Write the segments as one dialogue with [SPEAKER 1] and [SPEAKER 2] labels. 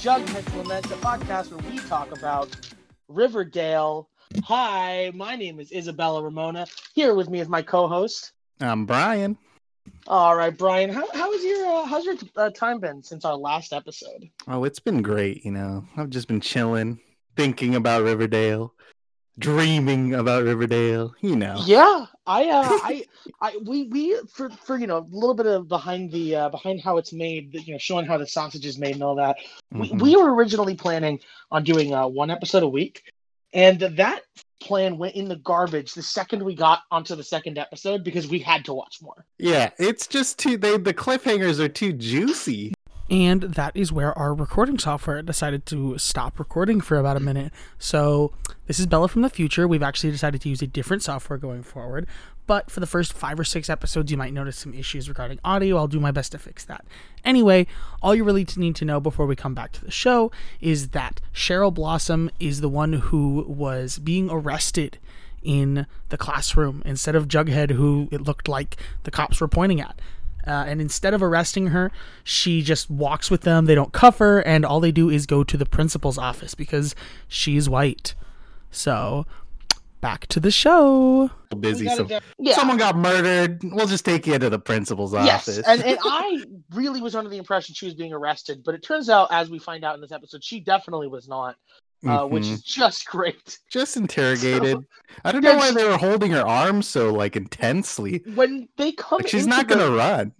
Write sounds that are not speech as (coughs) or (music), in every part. [SPEAKER 1] Jughead's Lament, the podcast where we talk about Riverdale. Hi, my name is Isabella Ramona. Here with me is my co-host.
[SPEAKER 2] I'm Brian.
[SPEAKER 1] All right, Brian, how how is your uh, how's your uh, time been since our last episode?
[SPEAKER 2] Oh, it's been great. You know, I've just been chilling, thinking about Riverdale, dreaming about Riverdale. You know,
[SPEAKER 1] Yeah, I (laughs) uh, I I we we for for you know a little bit of behind the uh, behind how it's made, you know, showing how the sausage is made and all that. we,
[SPEAKER 2] Mhm.
[SPEAKER 1] we were originally planning on doing uh, one episode a week, and that plan went in the garbage the second we got onto the second episode because we had to watch more.
[SPEAKER 2] yeah, it's just too they the cliffhangers are too juicy.
[SPEAKER 3] And that is where our recording software decided to stop recording for about a minute. So, this is Bella from the future. We've actually decided to use a different software going forward. But for the first five or six episodes, you might notice some issues regarding audio. I'll do my best to fix that. Anyway, all you really need to know before we come back to the show is that Cheryl Blossom is the one who was being arrested in the classroom instead of Jughead, who it looked like the cops were pointing at. Uh, and instead of arresting her, she just walks with them. They don't cuff her, and all they do is go to the principal's office because she's white. So, back to the show.
[SPEAKER 2] Busy.
[SPEAKER 1] gotta
[SPEAKER 2] So,
[SPEAKER 1] go- Yeah.
[SPEAKER 2] Someone got murdered. We'll just take you to the principal's
[SPEAKER 1] Yes,
[SPEAKER 2] office.
[SPEAKER 1] and,
[SPEAKER 2] (laughs)
[SPEAKER 1] and I really was under the impression she was being arrested, but it turns out, as we find out in this episode, she definitely was not, uh, which
[SPEAKER 2] Mhm.
[SPEAKER 1] is just great.
[SPEAKER 2] just interrogated. I don't know why
[SPEAKER 1] Yes.
[SPEAKER 2] they were holding her arm so like intensely.
[SPEAKER 1] When they come,
[SPEAKER 2] Like she's
[SPEAKER 1] into
[SPEAKER 2] not
[SPEAKER 1] the-
[SPEAKER 2] gonna run.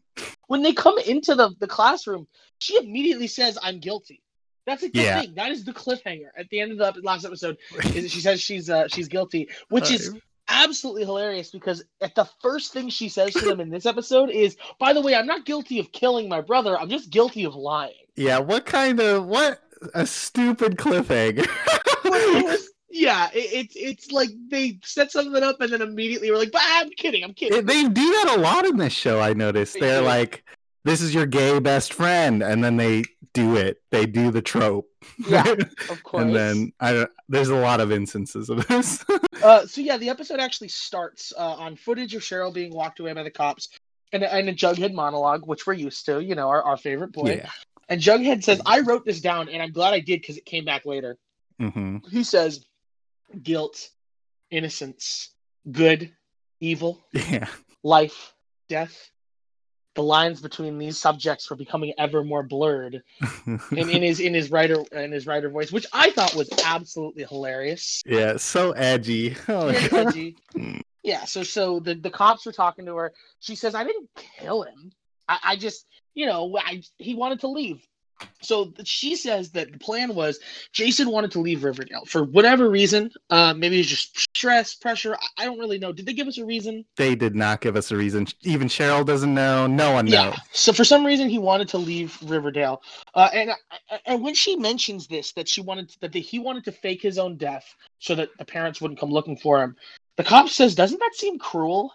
[SPEAKER 1] when they come into the, the classroom, she immediately says, "I'm guilty." That's like the
[SPEAKER 2] Yeah.
[SPEAKER 1] thing. That is the cliffhanger at the end of the ep- last episode. Is that she says she's uh, she's guilty, which
[SPEAKER 2] Uh,
[SPEAKER 1] is absolutely hilarious because at the first thing she says to them in this episode is, "By the way, I'm not guilty of killing my brother. I'm just guilty of lying."
[SPEAKER 2] (laughs) yeah. What kind of what a stupid cliffhanger.
[SPEAKER 1] It was- yeah, it, it's it's like they set something up and then immediately were like, "But I'm kidding. I'm kidding."
[SPEAKER 2] It- they do that a lot in this show. I noticed
[SPEAKER 1] They
[SPEAKER 2] they're
[SPEAKER 1] do.
[SPEAKER 2] like, "This is your gay best friend," and then they do it. They do the trope,
[SPEAKER 1] yeah, of course.
[SPEAKER 2] (laughs) and then I don't- there's a lot of instances of this.
[SPEAKER 1] Uh, so yeah, the episode actually starts uh, on footage of Cheryl being walked away by the cops, and, and a Jughead monologue, which we're used to, you know, our, our favorite boy.
[SPEAKER 2] yeah.
[SPEAKER 1] And Jughead says, "I wrote this down, and I'm glad I did because it came back later."
[SPEAKER 2] hmm
[SPEAKER 1] He says, "Guilt, innocence, good, evil,
[SPEAKER 2] Yeah.
[SPEAKER 1] life, death." The lines between these subjects were becoming ever more blurred, in,
[SPEAKER 2] (laughs)
[SPEAKER 1] in his in his writer in his writer voice, which I thought was absolutely hilarious.
[SPEAKER 2] (laughs) yeah. So edgy. Oh, my
[SPEAKER 1] Very
[SPEAKER 2] God. Mm.
[SPEAKER 1] edgy. yeah, so so the, the cops were talking to her. She says, I didn't kill him. I, I just, you know, I he wanted to leave. So th- she says that the plan was Jason wanted to leave Riverdale for whatever reason. Uh, maybe it's just stress, pressure. I, I don't really know. Did they give us a reason?
[SPEAKER 2] they did not give us a reason. Even Cheryl doesn't know. No one knows.
[SPEAKER 1] So for some reason, he wanted to leave Riverdale, uh, and and when she mentions this, that she wanted that he wanted to fake his own death so that the parents wouldn't come looking for him. The cop says, "Doesn't that seem cruel?"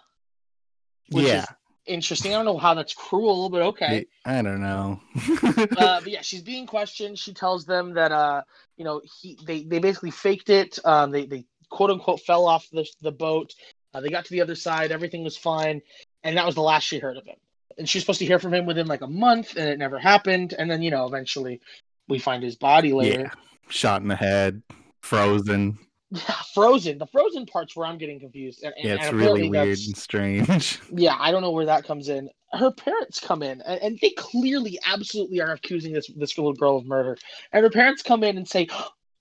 [SPEAKER 1] Which
[SPEAKER 2] Yeah.
[SPEAKER 1] is interesting. I don't know how that's cruel, but okay.
[SPEAKER 2] I don't know.
[SPEAKER 1] uh, but yeah, she's being questioned. She tells them that uh, you know, he they they basically faked it. Um, they they quote unquote fell off the the boat. Uh, they got to the other side. Everything was fine, and that was the last she heard of him. And she was supposed to hear from him within like a month, and it never happened. And then you know, eventually, we find his body later.
[SPEAKER 2] (laughs) Shot in the head. Frozen.
[SPEAKER 1] Yeah. (laughs) frozen. The frozen part's where I'm getting confused. And, and-
[SPEAKER 2] Yeah, it's
[SPEAKER 1] and
[SPEAKER 2] really
[SPEAKER 1] apparently
[SPEAKER 2] weird
[SPEAKER 1] that's-
[SPEAKER 2] and strange.
[SPEAKER 1] Yeah, I don't know where that comes in. Her parents come in, and, and they clearly, absolutely are accusing this this little girl of murder. And her parents come in and say,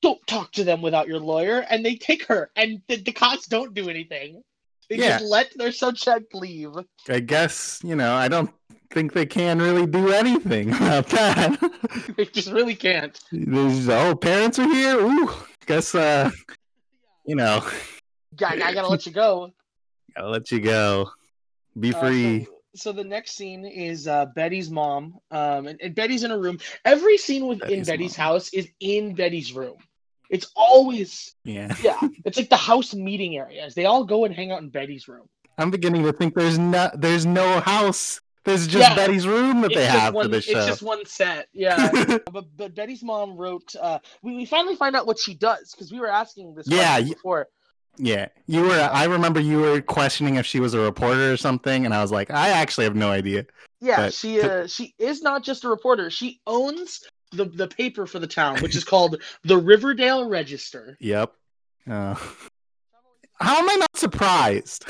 [SPEAKER 1] "Don't talk to them without your lawyer," and they take her, and the, the cops don't do anything. They
[SPEAKER 2] Yeah.
[SPEAKER 1] just let their subject leave.
[SPEAKER 2] I guess, you know, I don't think they can really do anything (laughs) about that.
[SPEAKER 1] They just really can't.
[SPEAKER 2] There's, oh, parents are here. Ooh, guess, uh, you know,
[SPEAKER 1] I, I gotta let you go.
[SPEAKER 2] I'll let you go. (laughs) Be
[SPEAKER 1] Uh,
[SPEAKER 2] free.
[SPEAKER 1] so, so the next scene is uh, Betty's mom, um, and, and Betty's in a room. Every scene within
[SPEAKER 2] Betty's
[SPEAKER 1] Betty's
[SPEAKER 2] mom.
[SPEAKER 1] house is in Betty's room. It's always
[SPEAKER 2] yeah.
[SPEAKER 1] yeah, it's like the house meeting areas. They all go and hang out in Betty's room.
[SPEAKER 2] I'm beginning to think there's no, there's no house. There's just
[SPEAKER 1] Yeah.
[SPEAKER 2] Betty's room that they
[SPEAKER 1] just
[SPEAKER 2] have
[SPEAKER 1] one,
[SPEAKER 2] for the show.
[SPEAKER 1] It's just one set.
[SPEAKER 2] (laughs)
[SPEAKER 1] Yeah. but, but Betty's mom wrote. Uh, we, we finally find out what she does because we were asking this
[SPEAKER 2] Yeah,
[SPEAKER 1] question
[SPEAKER 2] y-
[SPEAKER 1] before.
[SPEAKER 2] yeah. You were, I remember you were questioning if she was a reporter or something. And I was like, I actually have no idea.
[SPEAKER 1] Yeah,
[SPEAKER 2] but
[SPEAKER 1] she uh, she is not just a reporter. She owns the, the paper for the town, which is called the Riverdale Register.
[SPEAKER 2] Yep. Uh, (laughs) how am I not surprised?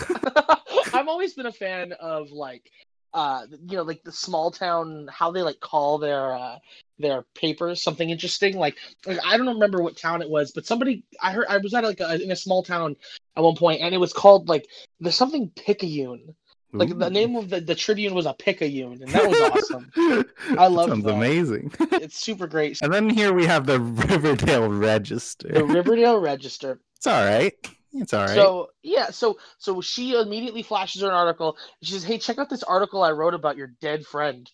[SPEAKER 1] I've always been a fan of like uh you know like the small town how they like call their uh their papers something interesting like, like i don't remember what town it was but somebody i heard i was at like a, in a small town at one point and it was called like there's something picayune like the
[SPEAKER 2] Ooh.
[SPEAKER 1] name of the, the tribune was a picayune and that was
[SPEAKER 2] (laughs)
[SPEAKER 1] awesome I love
[SPEAKER 2] sounds
[SPEAKER 1] that.
[SPEAKER 2] amazing.
[SPEAKER 1] it's super great
[SPEAKER 2] And then here we have the (laughs) Riverdale Register.
[SPEAKER 1] the riverdale register
[SPEAKER 2] It's all right. It's all right.
[SPEAKER 1] So yeah, so so she immediately flashes her an article. She says, "Hey, check out this article I wrote about your dead friend.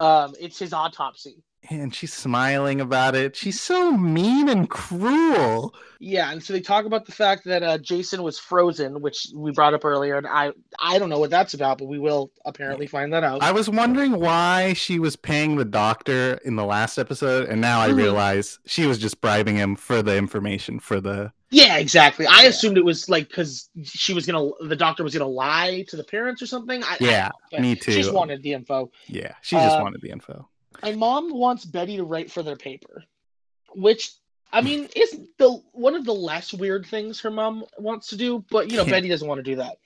[SPEAKER 1] Um, it's his autopsy."
[SPEAKER 2] and she's smiling about it. She's so mean and cruel.
[SPEAKER 1] Yeah, and so they talk about the fact that uh, Jason was frozen, which we brought up earlier, and I I don't know what that's about, but we will apparently find that out.
[SPEAKER 2] I was wondering why she was paying the doctor in the last episode, and now I
[SPEAKER 1] Mhm.
[SPEAKER 2] realize she was just bribing him for the information for the.
[SPEAKER 1] yeah, exactly. I assumed it was like because she was gonna, the doctor was gonna lie to the parents or something. I,
[SPEAKER 2] Yeah,
[SPEAKER 1] I,
[SPEAKER 2] me
[SPEAKER 1] She just
[SPEAKER 2] too.
[SPEAKER 1] wanted the info.
[SPEAKER 2] Yeah, she just
[SPEAKER 1] Uh,
[SPEAKER 2] wanted the info.
[SPEAKER 1] My mom wants Betty to write for their paper, which I mean is the one of the less weird things her mom wants to do. But you know,
[SPEAKER 2] Yeah.
[SPEAKER 1] Betty doesn't want to do that,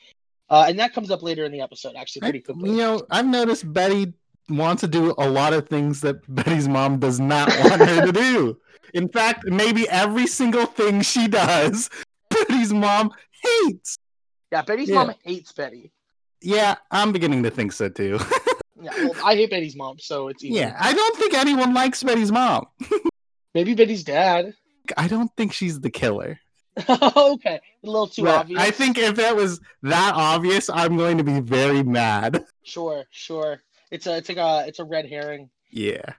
[SPEAKER 1] uh, and that comes up later in the episode, actually,
[SPEAKER 2] I-
[SPEAKER 1] pretty quickly.
[SPEAKER 2] you know, I've noticed Betty wants to do a lot of things that Betty's mom does not want her to do. In fact, maybe every single thing she does, (laughs) Betty's mom hates.
[SPEAKER 1] yeah, Betty's
[SPEAKER 2] Yeah.
[SPEAKER 1] mom hates Betty.
[SPEAKER 2] Yeah, I'm beginning to think so too. (laughs)
[SPEAKER 1] Yeah, well, I hate Betty's mom, so it's easy.
[SPEAKER 2] yeah, I don't think anyone likes Betty's mom.
[SPEAKER 1] Maybe Betty's dad. (laughs)
[SPEAKER 2] I don't think she's the killer.
[SPEAKER 1] okay, a little too
[SPEAKER 2] But
[SPEAKER 1] obvious.
[SPEAKER 2] I think if that was that obvious, I'm going to be very mad. (laughs)
[SPEAKER 1] Sure, sure. It's a it's like a it's a red herring.
[SPEAKER 2] Yeah.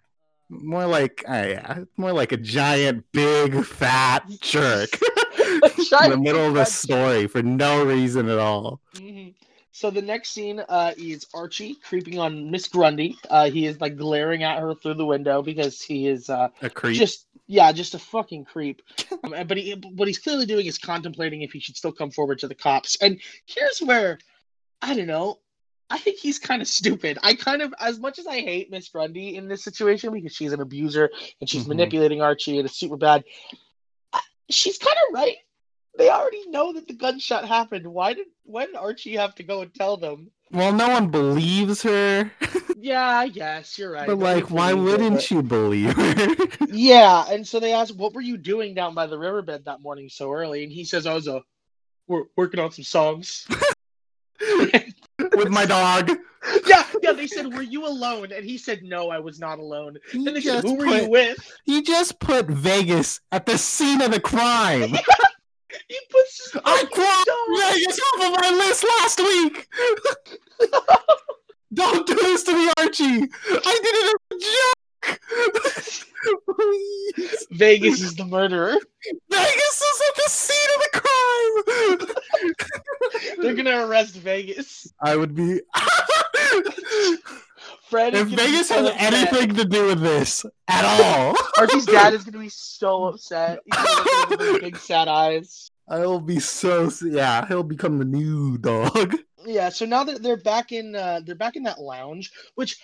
[SPEAKER 2] More like, uh, yeah, more like a giant, big, fat jerk. (laughs)
[SPEAKER 1] (laughs)
[SPEAKER 2] (laughs) in the
[SPEAKER 1] Giant
[SPEAKER 2] middle of a
[SPEAKER 1] red-
[SPEAKER 2] story for no reason at all.
[SPEAKER 1] Mhm. So the next scene uh, is Archie creeping on Miss Grundy. Uh, he is like glaring at her through the window because he is uh,
[SPEAKER 2] A creep.
[SPEAKER 1] just yeah, just a fucking
[SPEAKER 2] (laughs)
[SPEAKER 1] creep. Um, and- but he, what he's clearly doing is contemplating if he should still come forward to the cops. And here's where I don't know. I think he's kind of stupid. I kind of, as much as I hate Miss Grundy in this situation because she's an abuser and she's
[SPEAKER 2] Mhm.
[SPEAKER 1] manipulating Archie and it's super bad. I- She's kind of right. They already know that the gunshot happened. Why did why did Archie have to go and tell them?
[SPEAKER 2] well, no one believes her, (laughs)
[SPEAKER 1] Yeah, yes, you're right.
[SPEAKER 2] but
[SPEAKER 1] Nobody
[SPEAKER 2] like, why
[SPEAKER 1] believes it,
[SPEAKER 2] wouldn't
[SPEAKER 1] but-
[SPEAKER 2] you believe her? (laughs)
[SPEAKER 1] Yeah, and so they asked, "What were you doing down by the riverbed that morning so early?" And he says, "I was uh, wor- working on some
[SPEAKER 2] (laughs)
[SPEAKER 1] songs."
[SPEAKER 2] With my dog.
[SPEAKER 1] yeah, yeah. They said, "Were you alone?" And he said, "No, I was not alone."
[SPEAKER 2] You
[SPEAKER 1] Then they said,
[SPEAKER 2] just,
[SPEAKER 1] "Who were
[SPEAKER 2] put,
[SPEAKER 1] you with?"
[SPEAKER 2] you just put Vegas at the scene of
[SPEAKER 1] (laughs)
[SPEAKER 2] the crime.
[SPEAKER 1] He puts his
[SPEAKER 2] I
[SPEAKER 1] fucking
[SPEAKER 2] crossed
[SPEAKER 1] dog-
[SPEAKER 2] Vegas off of my list last
[SPEAKER 1] (laughs)
[SPEAKER 2] week. Don't do this to me, Archie. I did it as a joke. (laughs) Please.
[SPEAKER 1] Vegas is the murderer.
[SPEAKER 2] Vegas is at the scene of the
[SPEAKER 1] They're gonna arrest Vegas.
[SPEAKER 2] I would be. (laughs)
[SPEAKER 1] Fred. is
[SPEAKER 2] if
[SPEAKER 1] gonna be
[SPEAKER 2] Vegas
[SPEAKER 1] so
[SPEAKER 2] has
[SPEAKER 1] upset.
[SPEAKER 2] anything to do with this at all, (laughs)
[SPEAKER 1] Archie's dad is gonna be so upset. He's gonna look at
[SPEAKER 2] (laughs)
[SPEAKER 1] him with big sad eyes.
[SPEAKER 2] I will be so. Yeah, he'll become the new dog.
[SPEAKER 1] Yeah, so now that they're back in uh they're back in that lounge, which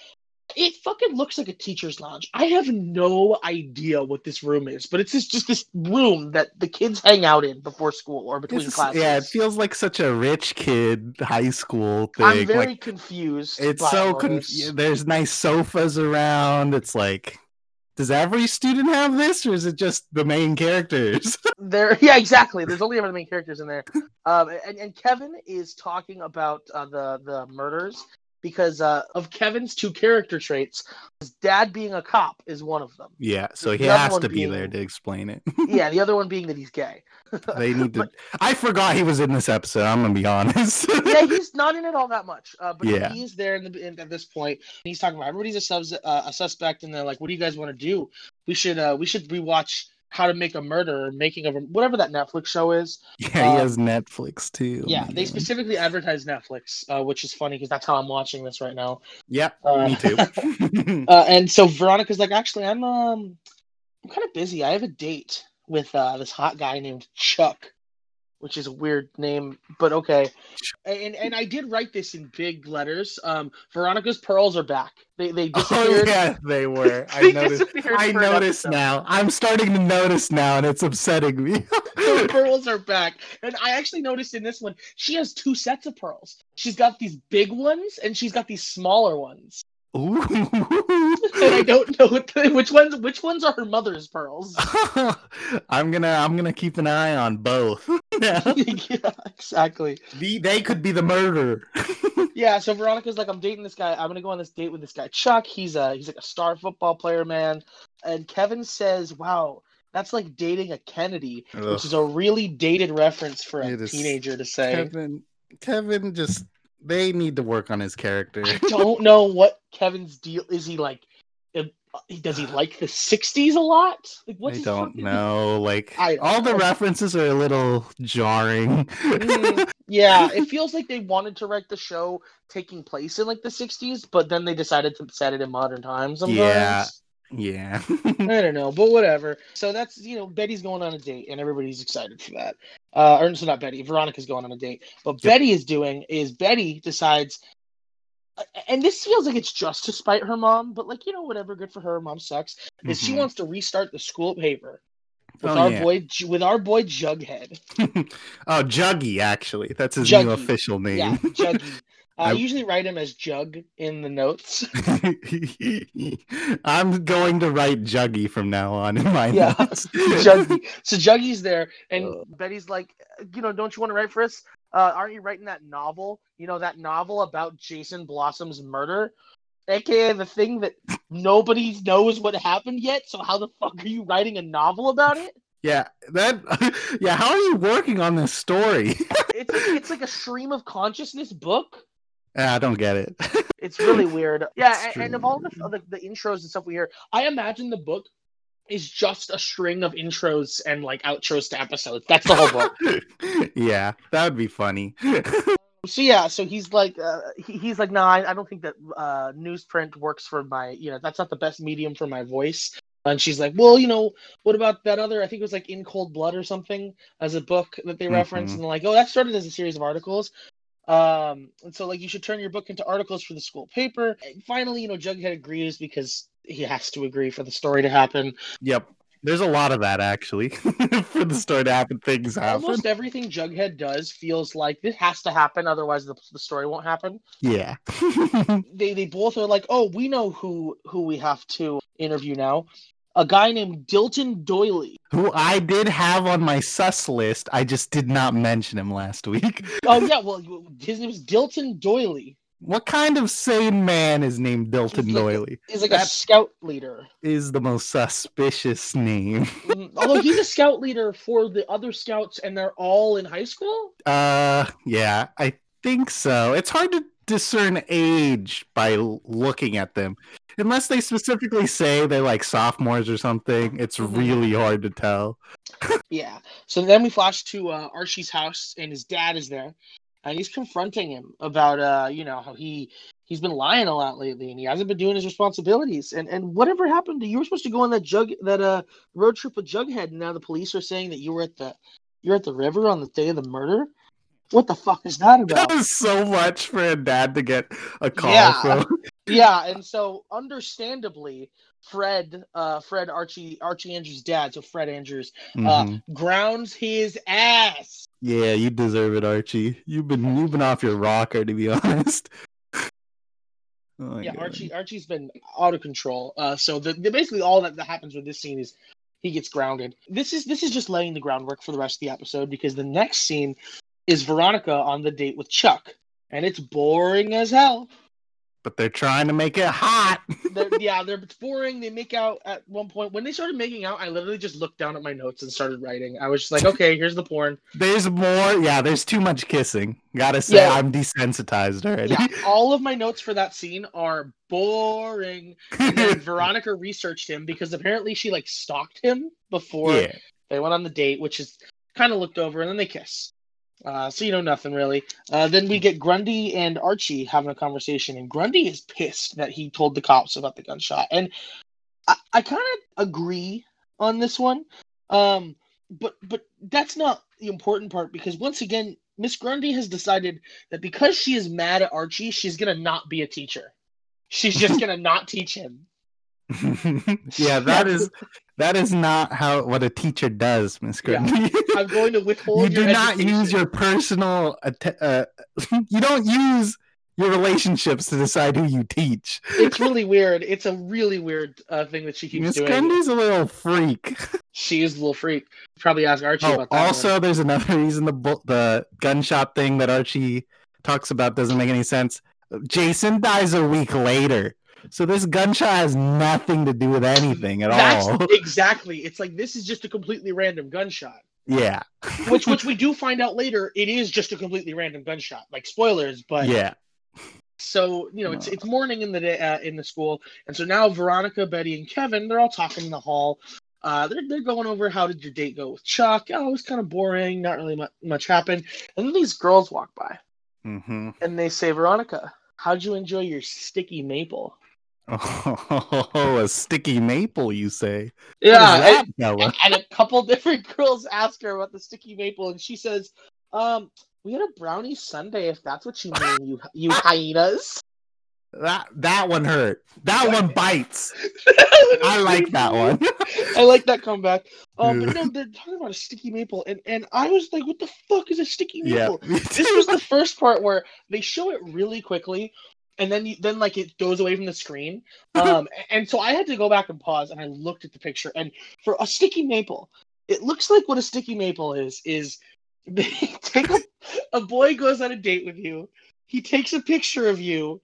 [SPEAKER 1] it fucking looks like a teacher's lounge. I have no idea what this room is, but it's just, just this room that the kids hang out in before school or between classes.
[SPEAKER 2] yeah, it feels like such a rich kid high school thing.
[SPEAKER 1] I'm very
[SPEAKER 2] like
[SPEAKER 1] confused.
[SPEAKER 2] it's
[SPEAKER 1] by
[SPEAKER 2] so
[SPEAKER 1] all
[SPEAKER 2] con-
[SPEAKER 1] this.
[SPEAKER 2] there's nice sofas around. It's like, does every student have this, or is it just the main characters? (laughs)
[SPEAKER 1] There, (laughs) yeah, exactly. There's only ever the main characters in there. Um, and, and Kevin is talking about uh, the the murders because uh, of Kevin's two character traits. His dad being a cop is one of them.
[SPEAKER 2] yeah, so he
[SPEAKER 1] The other
[SPEAKER 2] has
[SPEAKER 1] one
[SPEAKER 2] to be
[SPEAKER 1] being-
[SPEAKER 2] there to explain it.
[SPEAKER 1] yeah, the other one being that he's gay.
[SPEAKER 2] (laughs) They need to. I forgot he was in this episode. I'm gonna be honest.
[SPEAKER 1] yeah, he's not in it all that much, uh, but
[SPEAKER 2] Yeah.
[SPEAKER 1] he is there in the, in, at this point. And he's talking about everybody's a, subs- uh, a suspect, and they're like, "What do you guys want to do? We should uh, we should rewatch How to Make a Murderer, Making of a, whatever that Netflix show is."
[SPEAKER 2] yeah,
[SPEAKER 1] Uh,
[SPEAKER 2] he has Netflix too.
[SPEAKER 1] yeah,
[SPEAKER 2] man.
[SPEAKER 1] they specifically advertise Netflix, uh, which is funny because that's how I'm watching this right now.
[SPEAKER 2] Yep,
[SPEAKER 1] Uh, (laughs)
[SPEAKER 2] me too. (laughs)
[SPEAKER 1] Uh, and so Veronica's like, "Actually, I'm um, I'm kind of busy. I have a date with uh, this hot guy named Chuck." which is a weird name, but okay. And and I did write this in big letters. Um, Veronica's pearls are back. They they
[SPEAKER 2] Oh
[SPEAKER 1] disappeared.
[SPEAKER 2] yeah, they were.
[SPEAKER 1] (laughs)
[SPEAKER 2] I
[SPEAKER 1] They
[SPEAKER 2] noticed.
[SPEAKER 1] disappeared
[SPEAKER 2] I
[SPEAKER 1] for an
[SPEAKER 2] noticed
[SPEAKER 1] episode.
[SPEAKER 2] now. I'm starting to notice now, and it's upsetting me. (laughs)
[SPEAKER 1] The pearls are back, and I actually noticed in this one she has two sets of pearls. She's got these big ones, and she's got these smaller ones. And I
[SPEAKER 2] Ooh.
[SPEAKER 1] don't (laughs) know what the- which ones which ones are her mother's pearls.
[SPEAKER 2] (laughs) I'm gonna. I'm gonna keep an eye on both. (laughs)
[SPEAKER 1] (laughs) yeah, exactly.
[SPEAKER 2] The- they could be the murderer.
[SPEAKER 1] Yeah, so Veronica's like, I'm dating this guy. I'm gonna go on this date with this guy, Chuck. He's a he's like a star football player, man. And Kevin says, "Wow, that's like dating a Kennedy," which is a really dated reference for a
[SPEAKER 2] It is-
[SPEAKER 1] teenager to say.
[SPEAKER 2] Kevin. Kevin just. They need to work on his character.
[SPEAKER 1] I don't know what Kevin's deal is. He like, if- does he like the '60s a lot? Like, what's
[SPEAKER 2] I
[SPEAKER 1] his
[SPEAKER 2] don't
[SPEAKER 1] fucking-
[SPEAKER 2] know. Like
[SPEAKER 1] I-
[SPEAKER 2] all the references are a little jarring.
[SPEAKER 1] Mm, yeah, it feels like they wanted to write the show taking place in like the '60s, but then they decided to set it in modern times. Sometimes.
[SPEAKER 2] Yeah. yeah.
[SPEAKER 1] I don't know, but whatever. So that's you know Betty's going on a date, and everybody's excited for that. Uh, or so not Betty, Veronica's going on a date. But
[SPEAKER 2] Yep.
[SPEAKER 1] Betty is doing is Betty decides, and this feels like it's just to spite her mom, but like you know whatever, good for her. Mom sucks. Is she
[SPEAKER 2] Mhm.
[SPEAKER 1] wants to restart the school paper with
[SPEAKER 2] Oh,
[SPEAKER 1] our
[SPEAKER 2] yeah.
[SPEAKER 1] boy J- with our boy Jughead?
[SPEAKER 2] (laughs) oh, Juggy, actually. That's his new
[SPEAKER 1] Juggy.
[SPEAKER 2] official name.
[SPEAKER 1] Yeah, Juggy.
[SPEAKER 2] (laughs)
[SPEAKER 1] Uh, I
[SPEAKER 2] I-
[SPEAKER 1] usually write him as Jug in the notes.
[SPEAKER 2] (laughs) I'm going to write Juggy from now on in my
[SPEAKER 1] Yeah. (laughs)
[SPEAKER 2] notes.
[SPEAKER 1] Juggy. So Juggy's there, and
[SPEAKER 2] Ugh.
[SPEAKER 1] Betty's like, you know, don't you want to write for us? Uh, aren't you writing that novel? You know, that novel about Jason Blossom's murder, aka the thing that nobody knows what happened yet. So how the fuck are you writing a novel about it?
[SPEAKER 2] Yeah, that. (laughs) Yeah, how are you working on this story? (laughs)
[SPEAKER 1] It's it's like a stream of consciousness book.
[SPEAKER 2] Ah, I don't get it.
[SPEAKER 1] It's
[SPEAKER 2] (laughs)
[SPEAKER 1] really weird. Yeah,
[SPEAKER 2] It's
[SPEAKER 1] and, and of
[SPEAKER 2] true.
[SPEAKER 1] all the, the the intros and stuff we hear, I imagine the book is just a string of intros and like outros to episodes. That's the whole book.
[SPEAKER 2] (laughs) yeah, that would be funny. (laughs)
[SPEAKER 1] So yeah, so he's like, uh, he, he's like, no, I, I don't think that uh, newsprint works for my, you know, that's not the best medium for my voice. And she's like, well, you know, what about that other? I think it was like In Cold Blood or something as a book that they reference,
[SPEAKER 2] Mhm.
[SPEAKER 1] and like, oh, that started as a series of articles. Um, and so like, you should turn your book into articles for the school paper. And finally, you know, Jughead agrees because he has to agree for the story to happen.
[SPEAKER 2] Yep. There's a lot of that actually. (laughs) For the story to happen, things happen.
[SPEAKER 1] Almost everything Jughead does feels like this has to happen, otherwise the, the story won't happen.
[SPEAKER 2] Yeah. (laughs)
[SPEAKER 1] they they both are like, oh, we know who who we have to interview now. A guy named Dilton Doily.
[SPEAKER 2] Who I did have on my sus list, I just did not mention him last week.
[SPEAKER 1] Oh yeah, well you- his name is Dilton Doily.
[SPEAKER 2] What kind of sane man is named
[SPEAKER 1] (laughs)
[SPEAKER 2] Dilton
[SPEAKER 1] He's like-
[SPEAKER 2] Doily?
[SPEAKER 1] He's like a
[SPEAKER 2] That-
[SPEAKER 1] scout leader.
[SPEAKER 2] Is the most suspicious name.
[SPEAKER 1] Mhm. Although he's a scout leader for the other scouts, and they're all in high school.
[SPEAKER 2] Uh, yeah, I think so. It's hard to discern age by l- looking at them, unless they specifically say they're like sophomores or something. It's
[SPEAKER 1] Mhm.
[SPEAKER 2] really hard to tell.
[SPEAKER 1] Yeah. So then we flash to uh, Archie's house, and his dad is there, and he's confronting him about uh, you know, how he he's been lying a lot lately, and he hasn't been doing his responsibilities, and and whatever happened to you were supposed to go on that jug that uh road trip with Jughead, and now the police are saying that you were at the you're at the river on the day of the murder. What the fuck is that about?
[SPEAKER 2] That (laughs) was so much for a dad to get a call
[SPEAKER 1] Yeah.
[SPEAKER 2] from.
[SPEAKER 1] yeah and so understandably fred uh fred archie archie andrews dad so fred andrews (laughs) Uh,
[SPEAKER 2] Mhm.
[SPEAKER 1] grounds his ass
[SPEAKER 2] yeah, you deserve it, Archie. You've been you've been off your rocker, to be (laughs) honest. Oh my
[SPEAKER 1] yeah,
[SPEAKER 2] God.
[SPEAKER 1] Archie. Archie's been out of control. Uh, so the, the basically all that, that happens with this scene is he gets grounded. This is this is just laying the groundwork for the rest of the episode because the next scene is Veronica on the date with Chuck, and it's boring as hell.
[SPEAKER 2] But they're trying to make it hot.
[SPEAKER 1] They're, (laughs) yeah, they're it's boring. They make out at one point when they started making out. I literally just looked down at my notes and started writing. I was just like, okay, here's the porn.
[SPEAKER 2] There's more. Yeah, there's too much kissing. Gotta say,
[SPEAKER 1] Yeah.
[SPEAKER 2] I'm desensitized already.
[SPEAKER 1] Yeah, all of my notes for that scene are boring.
[SPEAKER 2] (laughs)
[SPEAKER 1] And then Veronica researched him because apparently she like stalked him before.
[SPEAKER 2] yeah.
[SPEAKER 1] They went on the date, which is kind of looked over, and then they kiss. Uh, so you know nothing really. Uh, then we get Grundy and Archie having a conversation, and Grundy is pissed that he told the cops about the gunshot, and I, I kind of agree on this one. Um, but but that's not the important part because once again, Miss Grundy has decided that because she is mad at Archie, she's gonna not be a teacher. She's
[SPEAKER 2] (laughs)
[SPEAKER 1] just gonna not teach him.
[SPEAKER 2] yeah,
[SPEAKER 1] (laughs)
[SPEAKER 2] that is that is not how what a teacher does, Miss
[SPEAKER 1] Yeah.
[SPEAKER 2] Grundy. (laughs)
[SPEAKER 1] I'm going to withhold.
[SPEAKER 2] you do
[SPEAKER 1] your
[SPEAKER 2] not use
[SPEAKER 1] education.
[SPEAKER 2] your personal att- uh, (laughs) you don't use your relationships to decide who you teach.
[SPEAKER 1] It's really weird. It's a really weird uh, thing that she keeps
[SPEAKER 2] Miss
[SPEAKER 1] doing.
[SPEAKER 2] Grundy's a little freak.
[SPEAKER 1] She is a little freak. Probably ask Archie
[SPEAKER 2] Oh,
[SPEAKER 1] about that.
[SPEAKER 2] also, there's another (laughs) reason the bu- the gunshot thing that Archie talks about doesn't make any sense. Jason dies a week later, so this gunshot has nothing to do with anything at
[SPEAKER 1] one. That's
[SPEAKER 2] all. (laughs)
[SPEAKER 1] exactly. It's like this is just a completely random gunshot.
[SPEAKER 2] Yeah,
[SPEAKER 1] which which we do find out later it is just a completely random gunshot like spoilers but
[SPEAKER 2] yeah,
[SPEAKER 1] so you know it's it's morning in the day uh, in the school and so now veronica betty and kevin they're all talking in the hall uh, they're, they're going over how did your date go with chuck oh it was kind of boring not really much, much happened and then these girls walk by
[SPEAKER 2] hmm
[SPEAKER 1] and they say veronica how'd you enjoy your sticky maple
[SPEAKER 2] (laughs) Oh, a sticky maple, you say? What
[SPEAKER 1] yeah
[SPEAKER 2] is that, fella?
[SPEAKER 1] and, and a couple (laughs) different girls ask her about the sticky maple, and she says, "Um, we had a brownie Sunday, if that's what you mean, you you hyenas."
[SPEAKER 2] that that one hurt. That one bites. (laughs) I
[SPEAKER 1] (laughs)
[SPEAKER 2] like that one. (laughs)
[SPEAKER 1] I like that comeback. Um, but no, they're talking about a sticky maple, and and I was like, "What the fuck is a sticky
[SPEAKER 2] yeah,
[SPEAKER 1] maple?" (laughs) This was the first part where they show it really quickly. And then, you, then like it goes away from the screen, um, and so I had to go back and pause, and I looked at the picture. And for a sticky maple, it looks like what a sticky maple is is (laughs) they take a, a boy goes on a date with you he takes a picture of you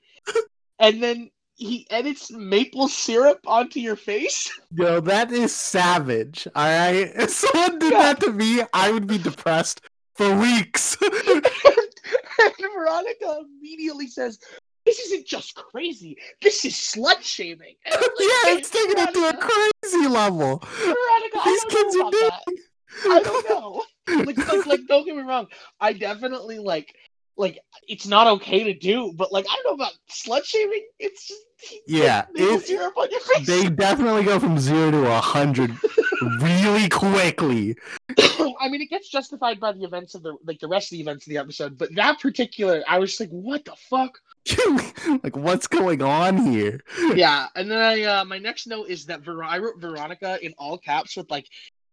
[SPEAKER 1] and then he edits maple syrup onto your face
[SPEAKER 2] Yo, that is savage. All right, (laughs) if someone did that to me, I would be depressed for weeks. (laughs)
[SPEAKER 1] and veronica immediately says this isn't just crazy this is slut shaming And I'm like,
[SPEAKER 2] yeah,
[SPEAKER 1] "Wait,
[SPEAKER 2] it's taking it to a
[SPEAKER 1] Veronica,
[SPEAKER 2] crazy level.
[SPEAKER 1] veronica
[SPEAKER 2] These
[SPEAKER 1] I don't
[SPEAKER 2] kids
[SPEAKER 1] know
[SPEAKER 2] are
[SPEAKER 1] about that. I don't know. Like, like, like, don't get me wrong. I definitely like, like, it's not okay to do, but like, I don't know about slut shaming. It's just
[SPEAKER 2] Yeah,
[SPEAKER 1] maple
[SPEAKER 2] it-
[SPEAKER 1] syrup on your face.
[SPEAKER 2] (laughs) They definitely go from zero to a hundred really quickly.
[SPEAKER 1] (coughs)
[SPEAKER 2] (laughs)
[SPEAKER 1] I mean, it gets justified by the events of the like the rest of the events of the episode, but that particular, I was just like, what the fuck?
[SPEAKER 2] like, what's going on here?
[SPEAKER 1] yeah, and then I uh, my next note is that Ver- I wrote Veronica in all caps with like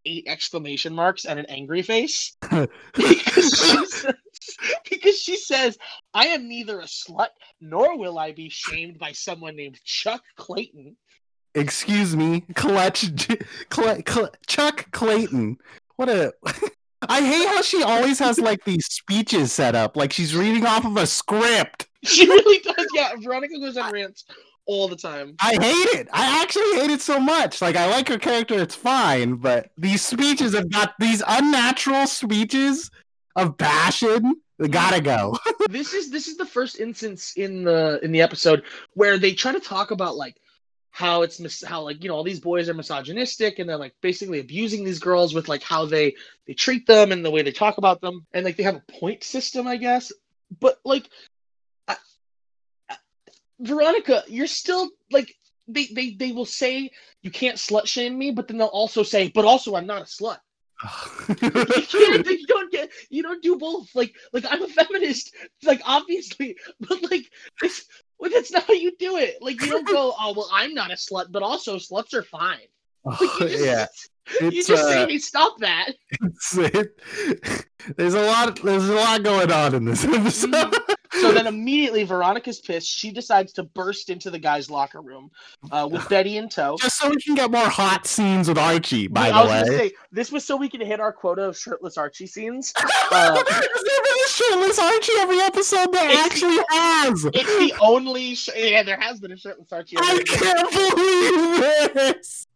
[SPEAKER 1] eight exclamation marks and an angry face because, she says, because she says, "I am neither a slut nor will I be shamed by someone named Chuck Clayton."
[SPEAKER 2] Excuse me, Clutch, Cle, Cle, Chuck Clayton. What a. (laughs) I hate how she always has like these speeches set up, like she's reading off of a script.
[SPEAKER 1] She really does. Yeah, Veronica goes on rants all the time.
[SPEAKER 2] I hate it. I actually hate it so much. Like I like her character, it's fine, but these speeches have got these unnatural speeches of passion. They gotta go. (laughs)
[SPEAKER 1] this is this is the first instance in the in the episode where they try to talk about like how it's mis- how like you know all these boys are misogynistic and they're like basically abusing these girls with like how they they treat them and the way they talk about them and like they have a point system i guess but like I, I- veronica you're still like they, they they will say you can't slut shame me but then they'll also say but also i'm not a slut (laughs)
[SPEAKER 2] (laughs)
[SPEAKER 1] you can't you don't get you don't do both like like i'm a feminist like obviously (laughs) but like it's well, that's not how you do it like you don't
[SPEAKER 2] (laughs)
[SPEAKER 1] go oh well i'm not a slut but also sluts are fine like,
[SPEAKER 2] (laughs)
[SPEAKER 1] you just,
[SPEAKER 2] yeah,
[SPEAKER 1] you
[SPEAKER 2] it's,
[SPEAKER 1] just say
[SPEAKER 2] uh,
[SPEAKER 1] hey stop that
[SPEAKER 2] (laughs) it's it, there's a lot. There's a lot going on in this (laughs)
[SPEAKER 1] Mm.
[SPEAKER 2] episode.
[SPEAKER 1] so then immediately veronica's pissed she decides to burst into the guy's locker room uh, with betty in tow
[SPEAKER 2] Just so we can get more hot scenes with Archie. By
[SPEAKER 1] I was
[SPEAKER 2] the
[SPEAKER 1] gonna
[SPEAKER 2] way,
[SPEAKER 1] say this was so we could hit our quota of shirtless Archie scenes. Uh,
[SPEAKER 2] (laughs) There's never this shirtless Archie every episode that
[SPEAKER 1] It's-
[SPEAKER 2] actually has.
[SPEAKER 1] it's the only sh- yeah, there has been a shirtless Archie.
[SPEAKER 2] I can't believe this.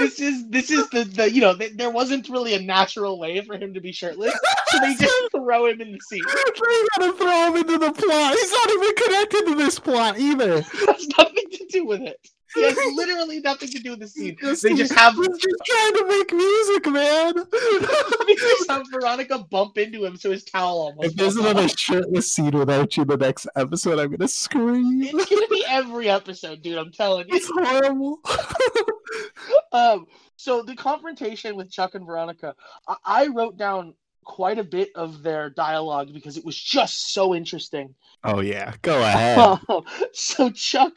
[SPEAKER 1] this is this is the, the you know th- there wasn't really a natural way for him to be shirtless, so
[SPEAKER 2] (laughs)
[SPEAKER 1] they just throw him in the sea.
[SPEAKER 2] They gotta throw him into the plot. He's not even connected to this plot either.
[SPEAKER 1] It has nothing to do with it. He has literally nothing to do with the
[SPEAKER 2] He's
[SPEAKER 1] scene. They just have
[SPEAKER 2] he's just trying to make music, (laughs) man.
[SPEAKER 1] (laughs) they just have Veronica bump into him, so his towel almost.
[SPEAKER 2] if there's
[SPEAKER 1] falls off.
[SPEAKER 2] another shirtless scene without you in the next episode, I'm gonna scream. (laughs)
[SPEAKER 1] It's gonna be every episode, dude. I'm telling you.
[SPEAKER 2] It's horrible.
[SPEAKER 1] um, so the confrontation with Chuck and Veronica, I-, I wrote down quite a bit of their dialogue because it was just so interesting.
[SPEAKER 2] Oh yeah, go
[SPEAKER 1] (laughs)
[SPEAKER 2] ahead.
[SPEAKER 1] so Chuck,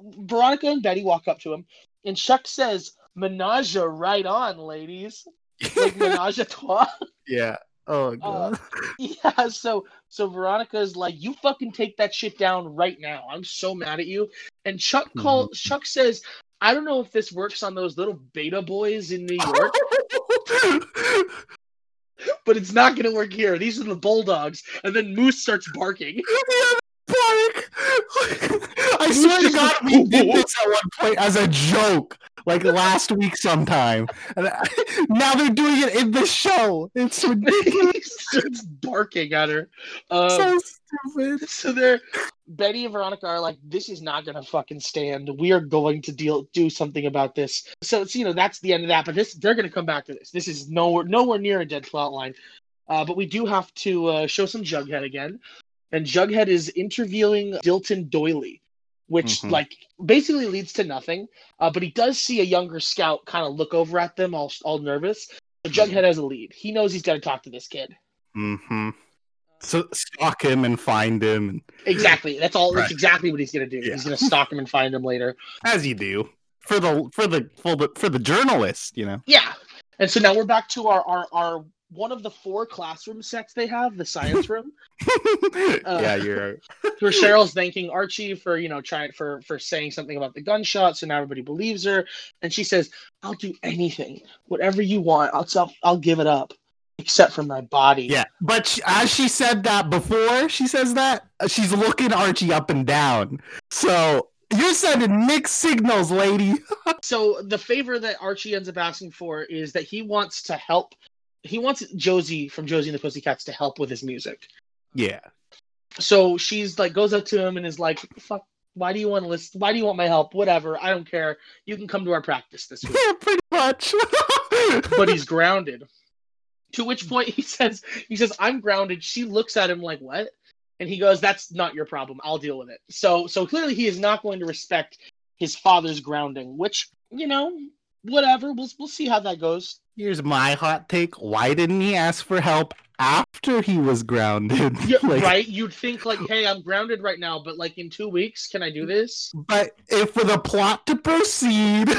[SPEAKER 1] Veronica, and Betty walk up to him, and Chuck says, "Menage a right on, ladies."
[SPEAKER 2] (laughs)
[SPEAKER 1] Like menage a trois. (laughs)
[SPEAKER 2] yeah. Oh god.
[SPEAKER 1] yeah. So so Veronica's like, "You fucking take that shit down right now. I'm so mad at you." And Chuck call Chuck says, "I don't know if this works on those little beta boys in New
[SPEAKER 2] (laughs)
[SPEAKER 1] York." but it's not going to work here. These are the bulldogs. And then Moose starts barking. (laughs)
[SPEAKER 2] Bark! (laughs) I swear to God, we (laughs) did this at one point as a joke, like last week sometime. And I- (laughs) now they're doing it in the show. It's ridiculous. (laughs)
[SPEAKER 1] he starts barking at her. Um,
[SPEAKER 2] so stupid.
[SPEAKER 1] so they're Betty and Veronica are like, "This is not going to fucking stand. We are going to deal do something about this." So it's you know that's the end of that. But this they're going to come back to this. This is nowhere nowhere near a dead plot line. Uh, but we do have to uh, show some Jughead again, and Jughead is interviewing Dilton Doily, which
[SPEAKER 2] Mhm.
[SPEAKER 1] like basically leads to nothing. Uh, but he does see a younger scout kind of look over at them, all all nervous. But Jughead has a lead. He knows he's got to talk to this kid.
[SPEAKER 2] Mm-hmm. So stalk him and find him, and-
[SPEAKER 1] Exactly. That's all.
[SPEAKER 2] Right.
[SPEAKER 1] That's exactly what he's gonna do. He's
[SPEAKER 2] Yeah.
[SPEAKER 1] gonna stalk him and find him later.
[SPEAKER 2] as you do for the for the for the for the journalist, you know. (laughs)
[SPEAKER 1] Yeah. And so now we're back to our our, our one of the four classroom sets they have, the science
[SPEAKER 2] (laughs)
[SPEAKER 1] room,
[SPEAKER 2] yeah, you're.
[SPEAKER 1] where Cheryl's thanking Archie for you know trying for for saying something about the gunshot. So now everybody believes her, and she says, "I'll do anything, whatever you want. I'll I'll, I'll give it up, except for my body."
[SPEAKER 2] Yeah, but she, as she said that before, she says that uh, she's looking Archie up and down. So you're sending mixed signals, lady.
[SPEAKER 1] So the favor that Archie ends up asking for is that he wants to help. He wants Josie from Josie and the Pussycats to help with his music.
[SPEAKER 2] Yeah,
[SPEAKER 1] so she's like goes up to him and is like fuck why do you want to listen why do you want my help whatever i don't care you can come to our practice this week
[SPEAKER 2] (laughs) yeah, pretty much. (laughs)
[SPEAKER 1] but he's grounded to which point he says he says i'm grounded she looks at him like what and he goes that's not your problem i'll deal with it so so clearly he is not going to respect his father's grounding which you know whatever we'll, we'll see how that goes
[SPEAKER 2] Here's my hot take: Why didn't he ask for help after he was grounded?
[SPEAKER 1] yeah,
[SPEAKER 2] (laughs) Like,
[SPEAKER 1] right you'd think like hey i'm grounded right now but like in two weeks can i do this
[SPEAKER 2] But if for the plot to proceed, (laughs)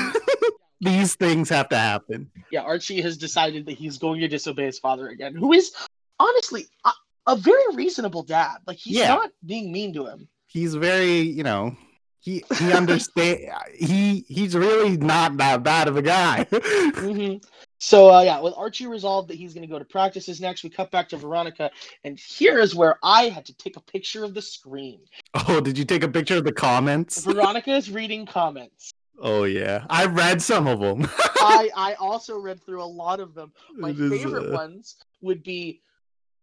[SPEAKER 2] these things have to happen.
[SPEAKER 1] yeah, Archie has decided that he's going to disobey his father again, who is honestly a, a very reasonable dad. Like he's
[SPEAKER 2] Yeah.
[SPEAKER 1] not being mean to him.
[SPEAKER 2] he's very you know he he understand he he's really not that bad of a guy (laughs)
[SPEAKER 1] So uh, yeah, with Archie resolved that he's going to go to practices next, we cut back to Veronica, and here is where I had to take a picture of the screen.
[SPEAKER 2] oh did you take a picture of the comments
[SPEAKER 1] Veronica is reading comments.
[SPEAKER 2] oh yeah i read some of them
[SPEAKER 1] I I also read through a lot of them.
[SPEAKER 2] (laughs)
[SPEAKER 1] My favorite
[SPEAKER 2] uh,
[SPEAKER 1] ones would be